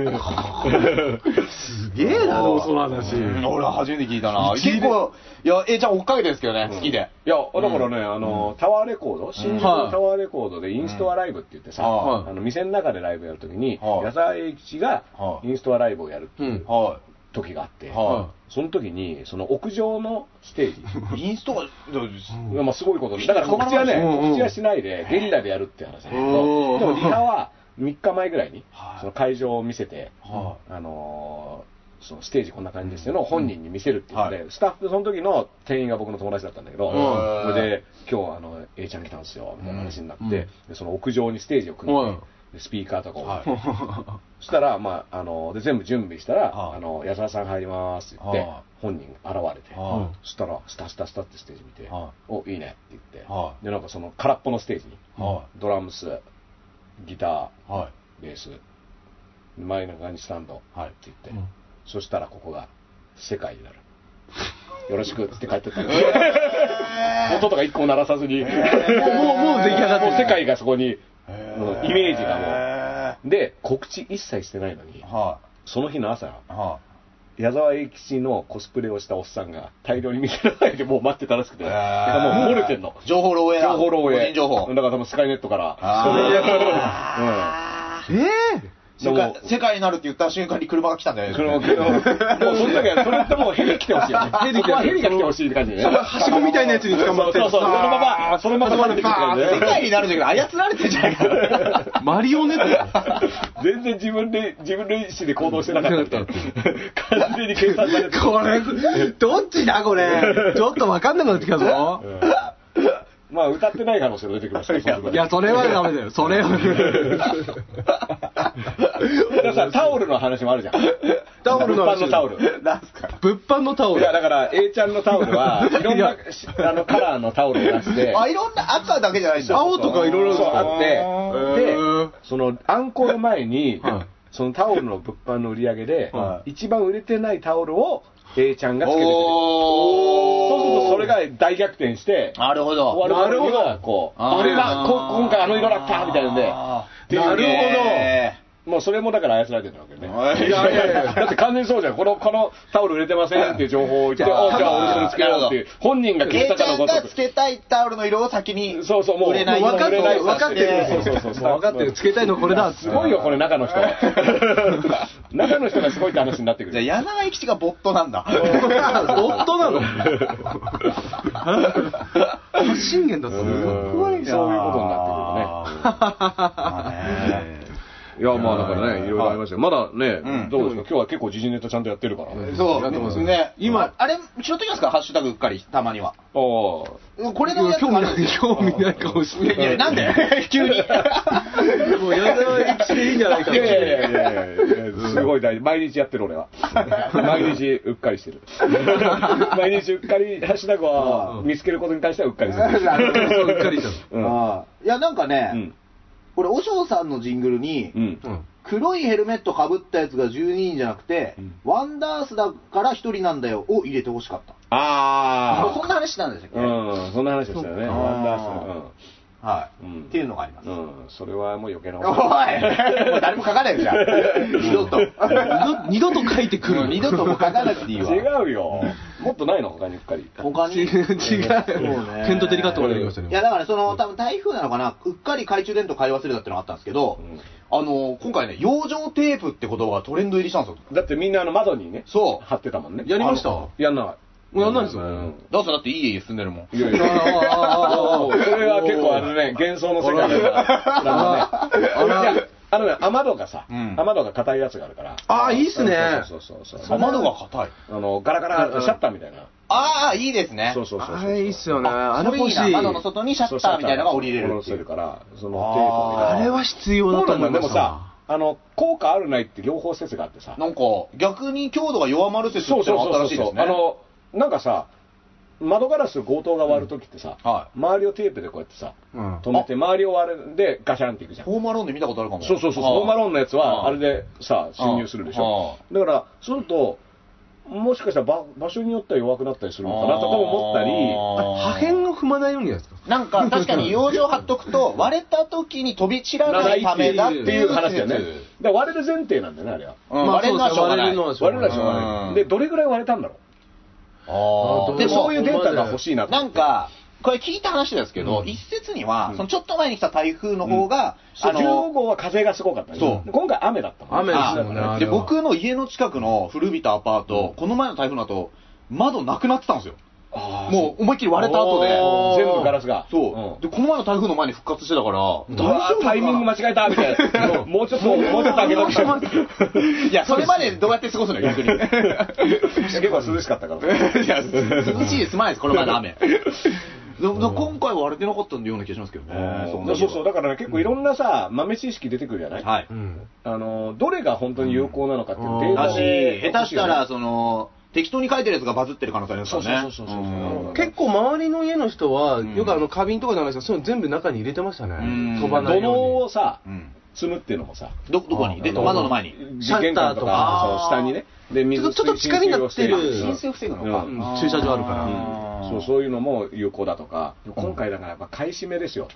ゃん。 すげえだろ、その話。うん俺は初めて聞いたな結構、いや、A ちゃん追っかけてるんですけどね、好きで。いや、だからね、あの、タワーレコード、新宿のタワーレコードでインストアライブって言ってさ、うんあの店の中でライブやるときに、はい矢沢永吉がはいインストアライブをやるってう。いうんは時があって、はその時に、その屋上のステージ、い。インストが、まあすごいことにだから告知はね、告知はしないで、ゲリラでやるって話なんだけおど、ーでもリハは3日前ぐらいにはい、その会場を見せて、はあのーそのステージこんな感じですよのを本人に見せるっていうので、はスタッフ、その時の店員が僕の友達だったんだけど、んそれで、今日あの、A ちゃん来たんですよ、みたいな話になって、うんでその屋上にステージを組んで、うんでスピーカーとかを、はそしたら、まあ、あので全部準備したら、はいあの矢沢さん入りますって言って、はい本人現れて、はそしたら、スタスタスタってステージ見て、はおいいねって言って、はいでなんかその空っぽのステージに、はドラムス、ギタい。はい。ー、ベース、前のガニスタンド、はいって言って、うんそしたらここが世界になる。よろしくっつって帰 ってった。音とか一個も鳴らさずに、もう、もう、もう出来上がってもう世界がそこに、うんイメージががもう。で、告知一切してないのに、はその日の朝、い。は矢沢永吉のコスプレをしたおっさんが大量に店の前でもう待ってたらしくて、い。もう漏れてんの。えー情報漏洩だ情報漏個洩。人情報だ。から多分スカイネットから。あーえ世界世界になるって言った瞬間に車が来たんだよね。車を車をもうその時は、それってもうヘリ来てほしいよね。ヘリが、ヘリが来てほしいって感じでね。はしごみたいなやつに捕まっそてるうそう、そのまま、そのままバーンって来てあるー世から界ね。になるんだけど、操られてんじゃないかな。マリオネットだ全然自分で、自分の意思で行動してなかったみたい な。完全に計算されてる。これ、どっちだこれ。ちょっとわかんなくなってきたぞう。んまあ、歌ってない可能性が出てきましたよその時はいや、それはダメだよ。それは。だからさ、タオルの話もあるじゃん。タオルの話物販のタオル。いなんすか。物販のタオル。や、だから、A ちゃんのタオルは、いろんいな、あの、カラーのタオルを出して、あ、いろんな赤だけじゃないんだ。青とかいろいろそうあって、へーで、その、アンコール前にはい、そのタオルの物販の売り上げでは、い一番売れてないタオルを A ちゃんがつけてくれる。おそうすると、それが大逆転して、なるほど。終わる頃にはこう、あー俺がこ今回あの色だったみたいなんで、っていうなるもうそれもだから操られてるわけね。ほど。いやいやいや、 だって完全にそうじゃん。この、このタオル売れてませんっていう情報を言って、じゃああじゃあ俺それつけようっていう。本人が消し A たちかゃのんごがとつく。けたいタオルの色を先にそうそう、もう、売れないようにもう分かってる売れない分かってるそうそうそうそう。分かってる。つけたいのこれだっつって。すごいよ、これ中の人。中の人がす ごいって話になってくじゃある。柳川吉がボットなんだ。夫なの発信源だったうんのそういうことになってくるね。いや、まあだからね、いろいろありましたよ。まだね、どうですか今日は結構時事ネタちゃんとやってるから。あそう。やってますねね。今今、あれ、拾ってきますかハッシュタグうっかり、たまには。あ。これのやつ興味ないい興味ない顔してやいや、なんで 急に。もう矢沢永吉でいいんじゃないかいやいやいやいやいやいやすごい大事。毎日やってる俺は。毎日うっかり してる。毎日うっかり、ハッシュタグは見つけることに対してはうっかりする。 そううっかりじゃんうんあーいや、なんかうねん、。これ、おしょうさんのジングルにう、ん。うん黒いヘルメットかぶったやつが12人じゃなくてうん、ワンダースだから1人なんだよを入れてほしかった。そあんな話したんですあ。よ。うん。そんな話でしたよね。そっかワンダーはいうん。っていう のがありますス。うん。それはもう余計なおいこと。もう誰も書かないじゃん。二度と。二度二度と書いてくもうる二度ともう書かなくていいわ。違うよ。もっとないの他にうっかり。他に違うケントデリカットまで言いましたねいやだからその多分台風なのかなうっかり懐中電灯買い忘れたってのがあったんですけど、うんあの今回ね養生テープって言葉がトレンド入りしたんですよだってみんなあの窓にね、そう貼ってたもんね。やりましたあのやんなもうやんないですい。ようんダーさんだっていい家住んでるもんいやいや。 それは結構あのね、幻想の世界だから。あのね、あのね、雨戸がさ、うん雨戸が硬いやつがあるから。あーいいっすねそうそうそうそう。窓が硬いあの、ガラガラってシャッターみたいな。ああいいですねそうそうそうそう。あれいいっすよねああれれ欲いしいいな窓の外にシャッターみたいなのが降りれ下るろってせいるうから、そのああテープみたいなれは必要だと思いまそうなんだしでもさた、あの、効果あるないって両方説があってさ。なんか逆に強度が弱まる説ってそうのそうがあったらそうそうしいですねあのなんかさ窓ガラス強盗が割るときってさ、は周りをテープでこうやってさ、うん止めて、周りを割るんで、ガシャンっていくじゃん。ホームアローンで見たことあるかも。そうそうそう、ああホームアローンのやつあは、ああれでさ、侵入するでしょ。だから、そうすると、もしかしたら場場所によっては弱くなったりするのかなとかも思ったり、破片を踏まないようにやるんですかなんか、確かに養生貼っとくと、割れた時に飛び散らないためだってっていいうう話だ話だよよねね。。で割れる前提なんだよね、あれは。うん割れるのはしょうがない。まあそうですね割れる割れるのはしょうがないでしょうがうなんい。で、どれぐらい割れたんだろああう。ーーで、でそもういうデータが欲しいなとな思っんてか、これ聞いた話ですけど、うん一説には、そのちょっと前に来た台風の方が、そうあの10、号は風がすごかったねそう今回雨だったもん雨ですもんねああでれは僕の家の近くの古びたアパート、この前の台風の後、窓なくなってたんですよ。もう思いっきり割れた後で。おー全部ガラスがそう、うんで、この前の台風の前に復活してたから、大うわ丈夫タイミング間違えたみたいな。もうちょっと、もうちょっと上げろみたいな。 いや、それまでどうやって過ごすの逆に。 結構涼しかったから。いや、涼しいです、まないです、この前の雨。でも今回は割れてなかったんでような気がしますけどね。そうそうそう、だからね、結構いろんなさ、豆知識出てくるじゃない、はい。うんあのどれが本当に有効なのかっていうデータだもし、欲よね下手したら、、その、適当に書いてるやつがバズってる可能性ありますからね。そうそうそうそううん結構周りの家の人は、んよくあの花瓶とかじゃないですかそういうの全部中に入れてましたねん飛ばないよう土のにをさ、うん積むっていうのもさ、ど、どこにで、あの窓の前に。シャッター玄関そうとか下にね、でちょっとちょっと近くになってる水浸水を防ぐのうかんうん駐車場あるかそうそういうのも有効だとか、今回だからやっぱ買い占めですよ。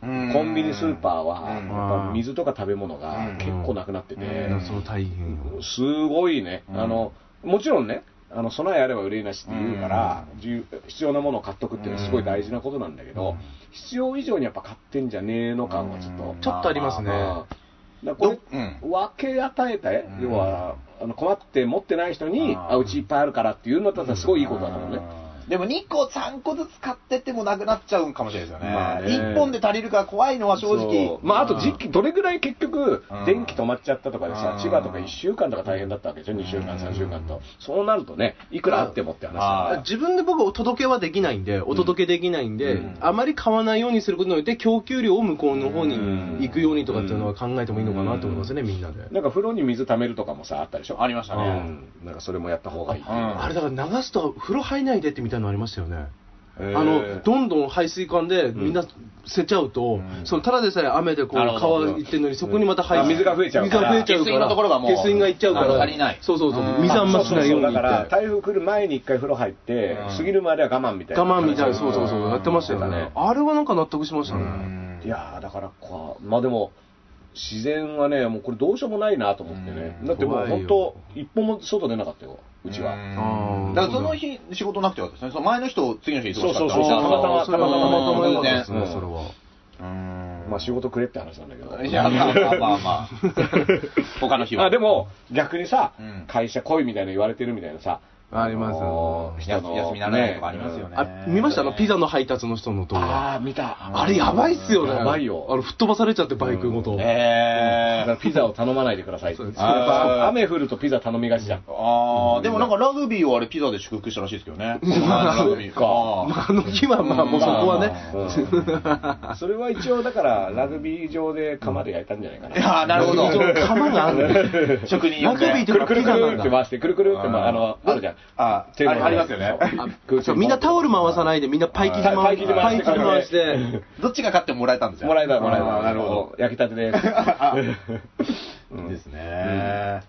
コンビニスーパーは、やっぱ水とか食べ物が結構なくなってて、らその大変をすごいね、あのもちろんね、あの備えあれば憂いなしって言うから、自由必要なものを買っとくっていうのはすごい大事なことなんだけど、必要以上にやっぱ買ってんじゃねえの感がちょっと、ちょっとありますねだからこれ、う分け与えたい、要はあの困って持ってない人に、あうちいっぱいあるからっていうのだったら、すごいいいことだからね。でも2個3個ずつ買ってってもなくなっちゃうかもしれないですよね。まあね1本で足りるから怖いのは正直そう。まあ、あと時期、どれぐらい結局うん、電気止まっちゃったとかでさう、ん千葉とか1週間とか大変だったわけでしょ、2週間、3週間と、そうなるとね、いくらあってもって話だから自分で僕お届けはできないんでお届けできないんで、あまり買わないようにすることによって供給量を向こうの方に行くようにとかっていうのは考えてもいいのかなと思いますね、みんなで、なんか風呂に水溜めるとかもさ、あったでしょありましたうね。んなんかそれもやった方がいい。うんあれだから流すと風呂入らないでってみたいなのありましたよねああのどんどん排水管でみんな捨てちゃうと、そのただでさえ雨でこうなるほど川行ってるのに、そこにまた排あ水水が増えちゃうから水が増えちゃうか下ら水のところがもう下水が行っちゃうかあのら足りないそうそうそううん水あんまそしないようにだってから、台風来る前に一回風呂入って、過ぎるまでは我慢みたいな。我慢みたいなそうそうそうやってましたようんねあれはなんか納得しましたね、いやーだからこう、まあでも、自然はね、もうこれどうしようもないなと思ってね。だってもう本当、一歩も外出なかったよ、うちは。あーだからその日、仕事なくてよかったですね。その前の日と次の日忙しかったそうそうそうたまたまそれはたまたまたまたまだったですうねんそれはまあ仕事くれって話なんだけど。いや、まあまあまあまあ。他の日は。あで、も、逆にさ、うん会社来いみたいな言われてるみたいなさ、ありますよあのー人の休みならないとかありますよね。あ見ましたあのピザの配達の人の動画ああ、見た。あれやばいっすよねやばいよあの吹っ飛ばされちゃってバイクごと、だえからピザを頼まないでくださいって。そうですやっあーぱ雨降るとピザ頼みがちじゃん。ああ、でもなんかラグビーをあれピザで祝福したらしいですけどね。ラグビーそっかあまああの日はまあもうそこはね、うん それは一応だからラグビー場で釜で焼いたんじゃないかーいな。やーなるほど。釜がある職人ラ呼んグビーでとくるかくるくピザなるんってだ回して、くるくるってまああのあるじゃん。あーテーブルあありますよねそうそうみんなタオル回さないでみんなパイ生地あーパイ生回して地回パしてイ生地回してどっちが勝ってももらえたんですよ。もらえたもらえあた。ーなるほど。。焼きたてです。 うんですね。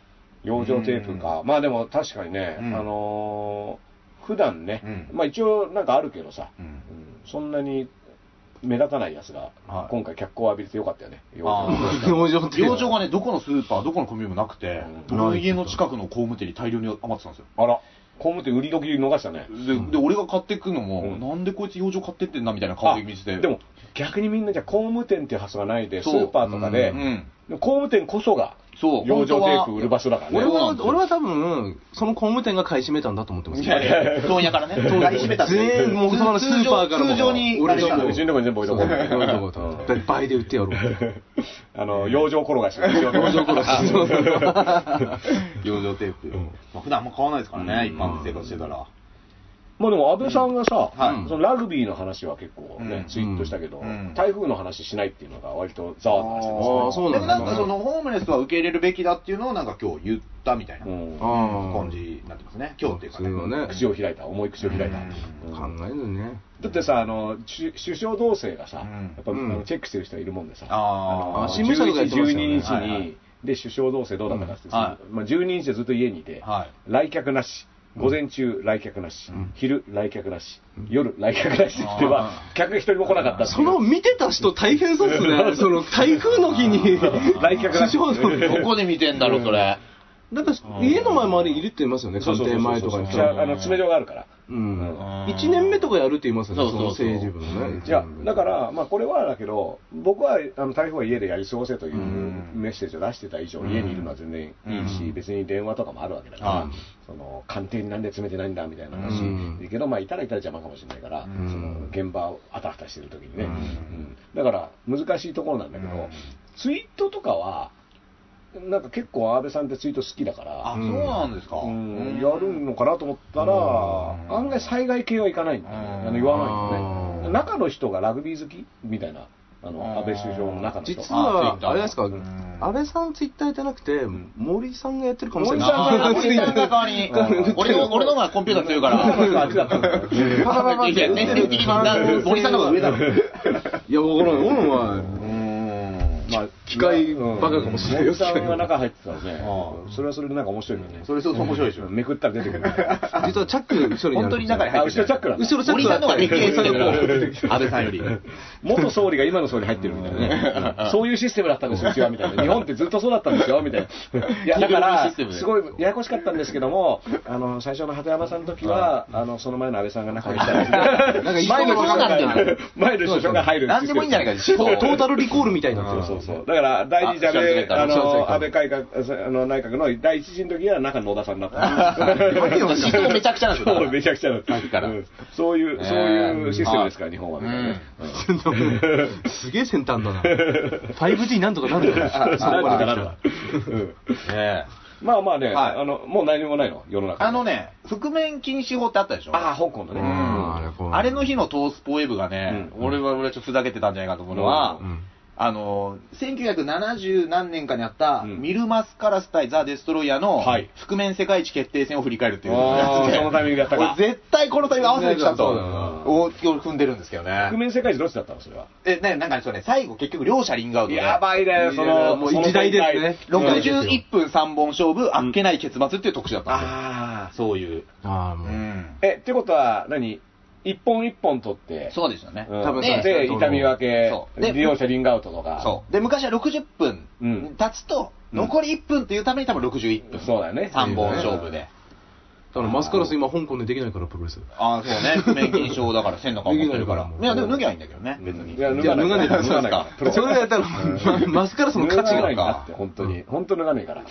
養生テープか、まあでも確かにね、うんあのー普段ね、うんまあ一応なんかあるけどさ、うんうんそんなに目立たないやつが、はい今回脚光を浴びれてよかったよね養あ生養生って養生がね、どこのスーパー、どこのコンビニもなくて、う僕んの家の近くの工務店に大量に余ってたんですよ。 あら工務店売り時逃したねで、で俺が買ってくのも、うんなんでこいつ養生買ってってんなみたいな顔で見てて。でも逆にみんなじゃあ工務店っていう発想がないでスそうーパーとかで、うでん。も工務店こそがそう養生テ本当ープは売る場所だからね俺はそうなんですよ俺は多分その工務店が買い占めたんだと思ってますいやいや、問屋からね。買い占めたっていう全員もうそのスーパーからも通常に、俺あれうちのとこに全部置いとこう俺の ことだって倍で売ってやろうあの養生転がし養養生殺しそうそうそう養生テープ。まあ、普段あんま買わないですからね、一般で生活してたら。まあでも安倍さんがさ、うんはいそのラグビーの話は結構ね、うんツイートしたけど、うん台風の話しないっていうのが割とざわざわしてますあーそうでなもんなんだかそのホームレスは受け入れるべきだっていうのをなんか今日言ったみたいなうんあ感じになってますね。今日っていうかそういうのね。ね口を開いた、重い口を開いた。うん考えるねだってさ、あの、首首相同棲がさ、うんやっぱ、うんあのチェックしてる人いるもんでさ、あーのあ新聞社とかやってま11し日たはに、よねいはいで、首相同棲どうだったかっうて、んはまあ、12日でずっと家にいて、はい。来客なし、午前中来客なし、ん昼来客なし、夜来客なしって言ってはあ、客一人も来なかったっていうその見てた人大変そうで すねその台風の日に来客なし。首相のどこで見てんだろう、それ。なんか家の前周りにいるって言いますよねそう官そうそう邸そう前とかにじゃあ、あの、詰め所があるから。うんうん1年目とかやるって言いますよねそうそそうのそう政治部のねいや、だから、まあ、これはだけど、僕はあの台風は家でやり過ごせといううんメッセージを出してた以上、家にいるのは全然いいし、うん別に電話とかもあるわけだから、うんその官邸になんで詰めてないんだみたいな話、うんだけど、まあ、いたらいたら邪魔かもしれないから、うんその現場をあたふたしてる時にね、うんうんだから難しいところなんだけど、うんツイートとかは、なんか結構、安倍さんってツイート好きだからあ、。そうなんですか。うんやるのかなと思ったら、うん案外災害系はいかないんだよね、うんあの言わないのあーね中の人がラグビー好きみたいなあうんの安倍首相の中の人実はあ、あれですか、ん安倍さんツイッターやってなくて、森さんがやってるかもしれ森なさい。んが森さんが代わりに、俺の、俺の方がコンピューター強いから。あ違ったのいや年齢的にな森さんの方が上だろ。いや、わからない。お前、まあ、機械バカかもしれないうんよ森さんが中入ってたので、うそれはそれでなんか面白いよね、それ相当面白いでしょ。めくったら出てくる、実はチャックの後ろにある。本当に中に入あって後ろチャックなんだ後ろチャッ森クさがんの方がでけえ人でこう、安倍さんより。元総理が今の総理入ってるみたいなね、うんそういうシステムだったんですよ、うちはみたいな、日本ってずっとそうだったんですよみたいな、いやだか黄色いらシステム、ねすごいややこしかったんですけども、あの最初の鳩山さんの時は、あのその前の安倍さんが中にいたらなんか一緒前の首の相なんだが前の首相が入るなんでもいいんじゃないか、トータルリコールみたいになってそうる。そうそうだから第二次安あ知らせて倍くれたあ知らせてくれのた安倍改革あの内閣の第一次の時は中に野田さんだった。思想めちゃくちゃなんです そうよ。めちゃくちゃだったさっきからうんそういう、ねえそういうシステムですから、日本はみたいなね。うんすげえ先端だな。5G なんとか なるなんとよ。かなるわうんねまあまあはね、いあの、もう何もないの、世の中。あの、ね、覆面禁止法ってあったでしょああ、香港のね。うんあれこうあれの日のトースポエブがね、うん俺は俺はちょっとふざけてたんじゃないかと思うのは、うんあの、1970何年かにあった、うんミルマスカラス対ザ・デストロイヤーの、はい覆面世界一決定戦を振り返るっていうのをやあってあ、てそのタイミングだったか俺。絶対このタイミング合わせてきたと、そうだな大きく踏んでるんですけどね覆。面世界一どっちだったの、それは。え、ね、なんかね、そうね、最後結局両者リングアウトで。やばいね、そいやの、もうその一大ですね展開うん61分3本勝負、あっけない結末っていう特集だったんですよ。ああ。そういう。ああ、もうう。ん。え、ってことは、何一本一本取って、そうですよね。うん多分ねで、痛み分けそう、で利用者リングアウトとか。そう。で、昔は60う分ん経つと、残り1分っていうために多分61分。そうだよね。 3本勝負で。だからマスカラス今香港でできないから、プロレス。ああ、そうね。不明金賞だから、線の顔持ってるからいや、脱。げないからでも脱ぎゃいいんだけどね。うん別に。いや、い脱や、脱がながないいか。からら。脱そがうなでいすか。からプロ。それやったら、マスカラスの脱が価値なが。いなって、本当に。本当脱がないから。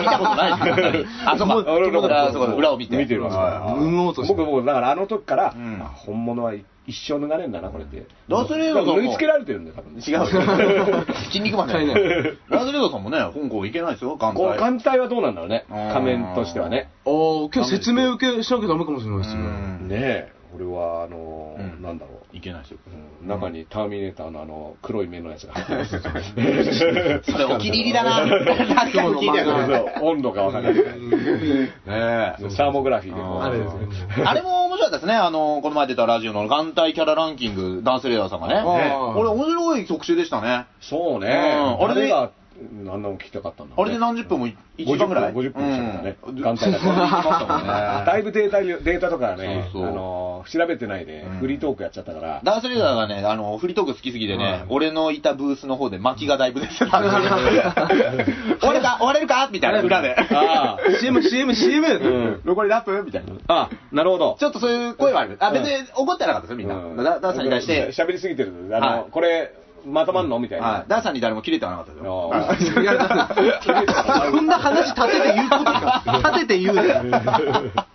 見たことないです よあ、そうか。俺も裏そうか裏を見て。見てるわ脱ごうとして僕もうだからあの時から、うんあ本物は一生脱がねえんだなこれってどうするよだからどう縫もい付けられてるんだよ多分違う よ。筋肉マンじゃ使ない。ラズレードさんもね、香港行けないですよ、眼こう帯。艦隊はどうなんだろうねうん仮面としてはねああ、今日説明受けしなきゃダメかもしれないですうね。んねえ俺はあのーうんなんだろう行けないですよ。うん中にターミネーターのあの黒い目のやつが入ってますそ れお気に入りだな。なんかお気に入りだな。ねそう温度がわかんないえ。サーモグラフィーでこうあれですね。あれも面白かったですね。あの、この前出たラジオの眼帯キャラランキング、男性レーダーさんがね。あーこれ面白い特集でしたね。そうねうんあれで誰が何なの聞きたかったんだろあうねれで何十分も1時50間ぐらい分50分でしたからねうん眼帯行きまだからしたもんね。だいぶデータにデータとかね、そうそうあのー調べてないで、うんフリートークやっちゃったから、 ダースリーダーがね、あの、フリートーク好きすぎてね、俺のいたブースの方で薪がだいぶ出て たんで、終わるか終われるかみたいな、裏で。あ CM、CM、CM! うん残りラップみたいな。あ、なるほどち。ょっとそういう声はある。あ、別に怒ってなかったですよ、みんうな。ダダースさんに対して、喋りすぎてる。あの、はいこれ、まとまんのみたいはな。いダースさんに誰も切れてはなかったですよ。あーこんな話立てて言うことか。立てて言うで。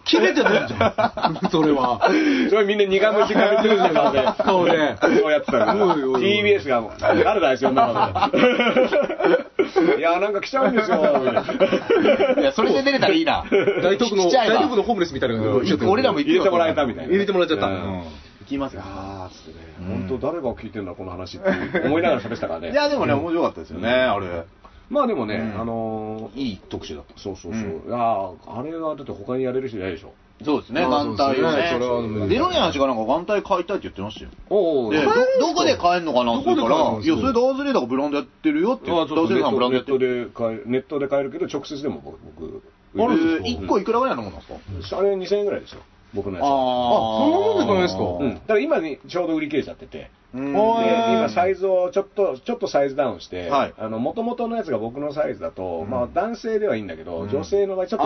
切れてないじゃん。それは。それみんな苦虫かみつぶしてたんで、そうね。そうやってたんだおいおいおい TBS がもう、誰だあいつ呼んだの いや、なんか来ちゃうんですよ。いや、それで出れたらいいな。 大東区の、ちっちゃい大わ東区のホームレスみたいなのがちょっと俺らも入れてもらえたみたいな。入れてもらっちゃったうん行きますよ。あーつってね、本当誰が聞いてんだこの話って思いながら喋ってたからね。いや、でもね、面白かったですよね、あれ。まあでもね、うんあのーいい特集だった。そうそうそう、いやーあれはだって他にやれる人いないでしょ。そうですね、あ眼ーそう帯ですねをそれは無理ね。だデロリアン氏がなんか眼帯買いたいって言ってましたよ。おで、どどこで買えるのかなって言うかどこら、で買えるのいや、それダーズレーダーがブランドやってるよって言まっあて、ちダーょっズとレネーダーブランドやッってトる。で買えネットで買えるけど直接でも僕僕あれ、売1個いくらぐらいのものなんですかあれ2000円ぐらいですよ僕のやつは。あそんなもんで買えるんですかうん、だから今にちょうど売り切れちゃってて、うんで今サイズをちょっとちょっとサイズダウンして、はいあの元々のやつが僕のサイズだと、うんまあ男性ではいいんだけど、うん女性の場合ちょっと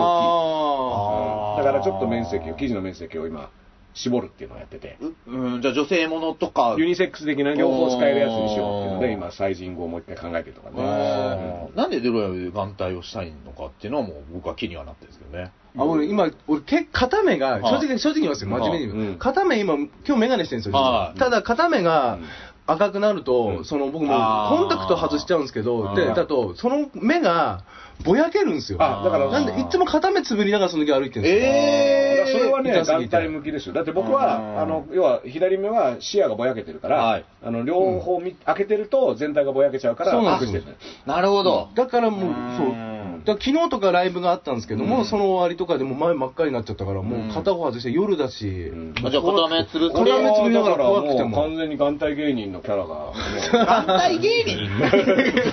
あー大きいうんだからちょっと面積を生地の面積を今絞るっていうのをやってて、うん、じゃあ女性ものとか。ユニセックス的な両方使えるやつにしようっていうので今サイジングをもう一回考えてるとかね、うんなんでデロリアンで眼帯をしたいのかっていうのはもう僕は気にはなってるんですけどね。あ、俺今、俺、け片目が、はい正直、正直言いますよ、真面目に言う。うん片目今、今日メガネしてるんですよ、はい実はただ、片目がうん赤くなると、うんその僕もうあーコンタクト外しちゃうんですけど、で、うんだと、その目がぼやけるんですよ。あだからなんで、いつも片目つぶりながらその時歩いてるんですよ。だえからそれはね、痛すぎ眼て帯向きですよ。だって僕うんは、あの、要は左目は視野がぼやけてるから、はいあの、両方み、開けてると全体がぼやけちゃうから、そうなんで隠すしてよるのよなるほど。だからもう、そう。んだから昨日とかライブがあったんですけども、その終わりとかでもう前真っ赤になっちゃったから、もう片方外して夜だし、うんあじゃあ、片目つぶっこれはて。目つぶりながら怖くもてうも完全に眼帯芸人のキャラが、も眼帯芸人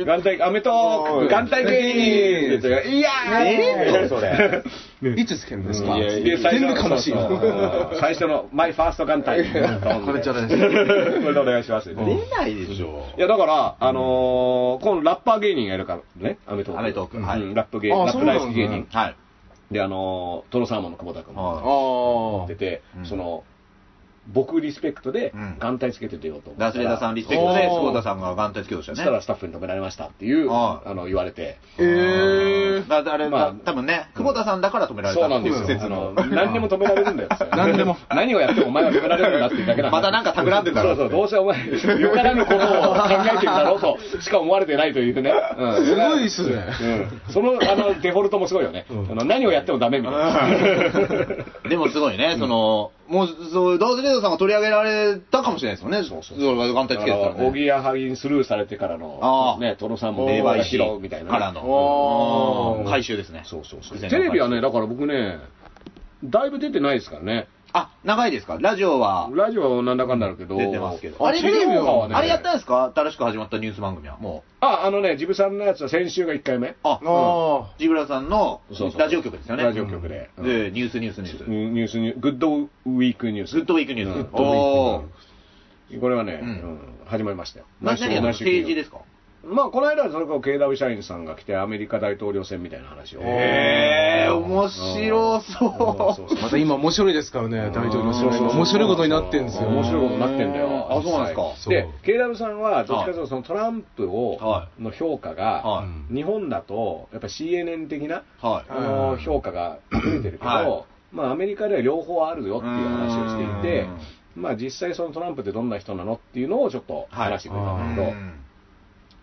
う眼帯、アメトーク、眼帯芸人って言っていやーえそれ。いつつけるんですか、いやいや全部悲しい。そうそう うん最初の、マイファースト眼帯。これちょうだいこれでお願いしま出す。ないでしょ。いやだから、あのー、このラッパー芸人がいるからね、アメトーク。アメトークうんはいラップ芸人、あラッそプうなん大だ好き芸人。はい。で、あのー、トロサーモンの久保田君はもいああ出。て、うんその、僕リスペクトでうん、眼帯つけて出ようと思ったらダースレーダーさんリスペクトで、おー久保田さんが眼帯つけようとしそしたたよらね。スタッフに止められましたっていう、はあいの、言われて。えー。だってあれ、まあた多分ね、久保田さんだから止められそたうなんってでいす よ。説あのの。何でも止められるんだよ。 何でも。何をやってもお前は止められるんだっていうだけなんまだなんか企んでんだろそうそう、どうせお前、よからぬことを考えてるだろう としか思われてないというね。うんすごいっすね。うんそのあのデフォルトもすごいよね、あの何をやってもダメみたいな。 でもすごいね、その、もう、そう、ダースレーダーさんが取り上げられたかもしれないですもんね。そうそうれが眼帯つけてたらあのおぎね。やはぎにスルーされてからのあ、ーね、トロさんも霊媒師拾うみたいなね。からおのー回収ですね。そうそうそ伏う。線テの回レ収ビはね、だから僕ね、だいぶ出てないですからね。あ、長いですかラジオはラジオはなんだかんだあるけど。出てますけど。ああれれ、テレビはね。あれやったんですか新しく始まったニュース番組は。もあ、あのね、ジブさんのやつは先週が1回目う。。あ、あジブラさんのそうそうラジオ局ですよね。ラジオ局で。うんで、ニュースニュースニュース。ニュースニュー、グッドウィークニュース。グッドウィークニュースうんグッおードウィークニュースこれはね、うんうん始まりましたよ。。何々の政治ですすかまあ、この間はそれこそ KW 社員さんが来て、アメリカ大統領選みたいな話を。へー、面白うそんう。あ。また今面白いですからね、大統領選そうそうそう面白いことになってんですよ。面白いことになってんだうんよ。あそうなんですかで、KW さんは、どっちかというと、そのトランプをは、の評価が、 は日本だと、やっぱ CNN 的な、い。はい。あの評価が出てるけど、はまあ、アメリカでは両方あるよっていう話をしていてう、まあ、実際、そのトランプってどんな人なのっていうのをちょっと話してくれたんだけど、うん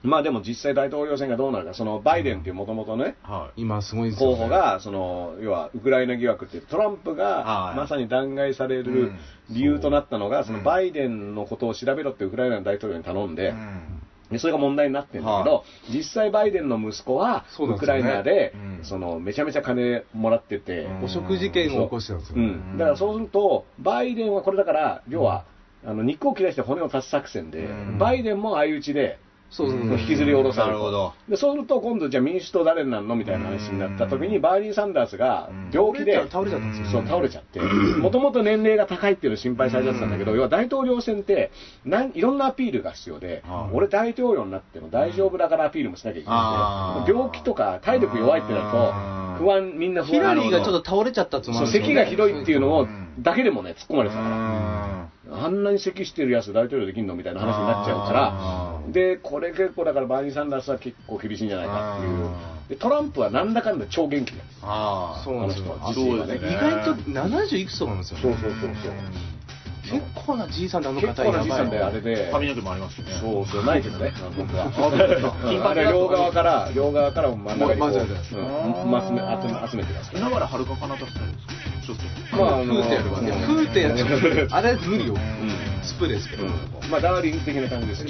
まあでも実際、大統領選がどうなるか、そのバイデンっていうもともとね、はい。今すごいですよ、候ね。補が、その要はウクライナ疑惑っていう、トランプはがいまさに弾劾されうるん理由となったのが、そのうんバイデンのことを調べろってウクライナの大統領に頼んうで、んでそれが問題になってるんだけど、は実際、バイデンの息子は、そうなウんクですよラねイナで、うんそのめちゃめちゃ金もらってて、うん汚職事件を起こしてたんですよ。うん、だからそうすると、バイデンはこれだから、要は、あの肉を切らして骨を断つ作戦で、うんバイデンも相打ちで、そうそうそう。引きずり下ろされなるとほどでそうすると、今度、じゃあ民主党誰になるのみたいな話になった時に、うんバーニー・サンダースがうん病気で、倒れちゃったんですよ。そう倒れちゃって、もともと年齢が高いっていうの心配されちゃってたんだけど、要は大統領選ってなん、いろんなアピールが必要であ、あ俺、大統領になっても大丈夫だからアピールもしなきゃいけああないけど、病気とか体力弱いってなあるあと、不安、みんな不安ヒラリーがちょっと倒れちゃったっつもそあうるんですよ咳がひどいっていうのをうんだけでもね、突っ込まれてたかあら、あんなに咳してるやつ、大統領できんのみたいな話になっちゃうかあーら、で、これ結構だから、バーニー・サンダースは結構厳しいんじゃないかっていうあ、でトランプはなんだかんだ超元気なんです、あー。そうなんですよあの人は自身そはうですね。ね意外と70いくつとかなんですよ、ね。そうそうそうそう。結構なじいさんだあの結方構なじいさんなであれで、髪の毛もありますよね。そうそう、ないけどね、僕は。あれ両側から、両側から真ん中にこう、うん集め集め集めてますから。今から遥かかなたスタイルですかちょっと。まあ、あフーテやるわねフーテやるあれ無理よスプレーですけどまあ、ダーリン的な感じですよ。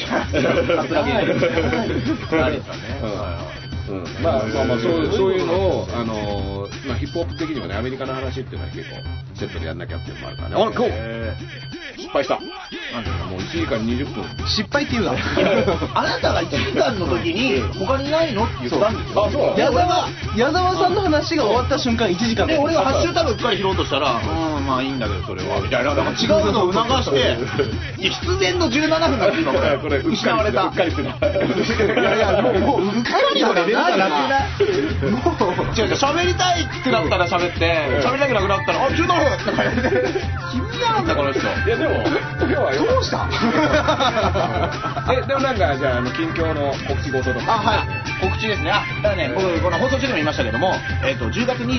うんまあまあまあそうそういうのを、あのーまあ、ヒップホップ的にもねアメリカの話っていうのは結構セットでやんなきゃっていうのもあるからねあ Go 失敗したなんていうのもう1時間20分失敗って言う なあなたが1時間の時に、他にないのって言ったんですよ。あそう矢沢矢沢さんの話が終わった瞬間1時間で、俺がハッシュュタグうっかり拾おうとしたら、うん、まあいいんだけど、それは、みたいな。だから違うのを促して、いや出演の17分だった今これ。これうっ失わかれりしてるうたっ。かりしてるいやいやもうもううっかりとかないなもう違う違う、喋りたいってなったら喋って、喋りたくなくなったら、あ、17分とか言って。君嫌なんだ、この人。いやでも今日はよどうした えでもなんかじゃああの近況の告知ごととかあはい告知ですねあだからね僕この放送中でも言いましたけども、えっと10月27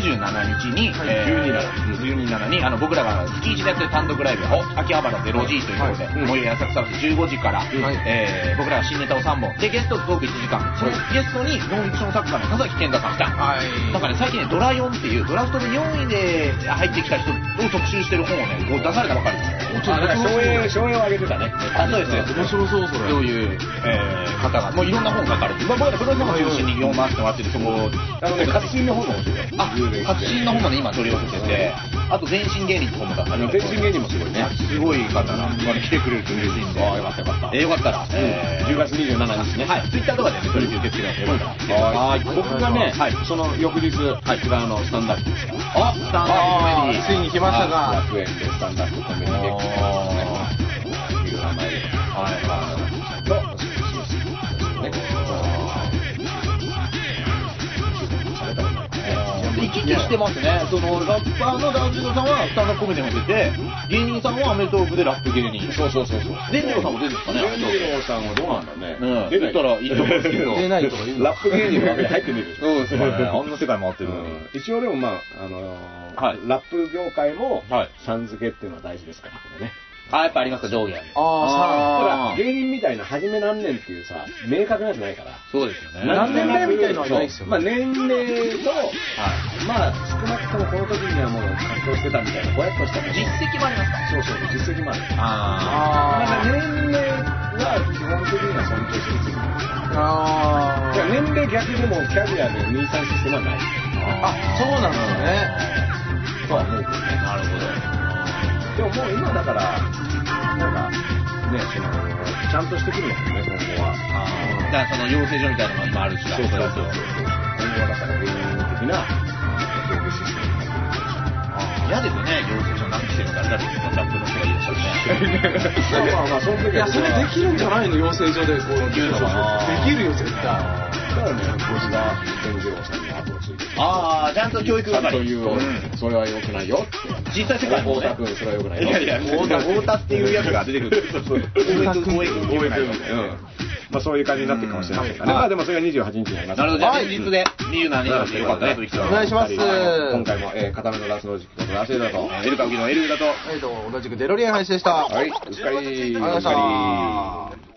日に、えー、12 7にあの僕らが月1でやってる単独ライブを秋葉原 0G ということで、いうん最寄り浅草橋15時から、えー僕らが新ネタを3本でゲストトーク1時間、ゲストにノンフィクション作家の田崎健太さん来た、なんかね最近ねドラ4っていうドラフトで4位で入ってきた人を特集してる本をねこう出されたばかりですあなんか省エ省エを上げてたねあそうです面白そうそれそういう、えー方がもういろんな本書かれて、まあ、僕らプロの本を中心に読ませてもらってるところあのね活心の方が面白いあ発信の本がね今取り寄せててあと全身芸人って本も出さあれのて全身芸人もすごいねすごい方が、まあね来てくれると嬉しいんであよかったよかったえーよかったら、えー10月27日ねはいツイッターとかでね取り受け付けてくれたらはい僕がね、はいその翌日、こちらのスタンダップですから、あスタンダップコメディついに来ましたが100円でスタンダップコメディできるという名前で、はい、の、ね、生き生きしてますねそのラッパーのダウンジドさんはスタンダップコメディも出て芸人さんはアメトークでラップ芸人そうそうそうそう。全治郎さんも出るんですかね全治郎さんはどうなんだね。うん出出たらいいと思うんですけど出ないとか言うのラップ芸人の枠に入ってねえでしょ。そうですねあんな世界回ってるのにうん一応でもまあ、あのーはいラップ業界もはい、さん付けっていうのは大事ですから、これね。あやっぱありますか上下あほあら、芸人みたいな初め何年っていうさ、明確なやつないから。そうですよね何年目みたいのはないっですよねまあ年齢と、まあ少なくともこの時にはもう活動してたみたいな、ぼやっとしたもの実績もありますかそうそう、実績もある。あまああ年齢は基本的には尊重してるつもりなんですよーあいやー年齢逆でもキャリアで2、3システムはない。あそうなんですねとは思うけどね。なるほどでももう今だから、なんか、ね、その、ちゃんとしてくるんだよね、今後は。だからその養成所みたいなのが今あるしそうそうそうそう。今後はだから芸人的な、教育システムになってくる。嫌ですよね養成所何期生の誰々とかラップの人がいらっしゃるねまあまあまあ、その時はいやそれできるんじゃないの養成所でこうきるのかなできるよ絶対だからね、こいつが天井さんに後をついてる。ああちゃんと教育という、うんそれは良くないよって。実際世界も太ね田君、それは良くないいよ。やいや太田太田っていうやつが出てくるそうそ教う育教育うんまあそういう感じになってるかもしれませんがね。うんまあでもそれが28日になります。なるほどじゃあはい前日で27日なんでよかったねと生きてお願いします今回も、えー、片目のラスの時期ことラスエだと。エルカウキのエルだとはいどうも同じくデロリアン配信でしたはい、うっかり。ありがとうございましたうっかり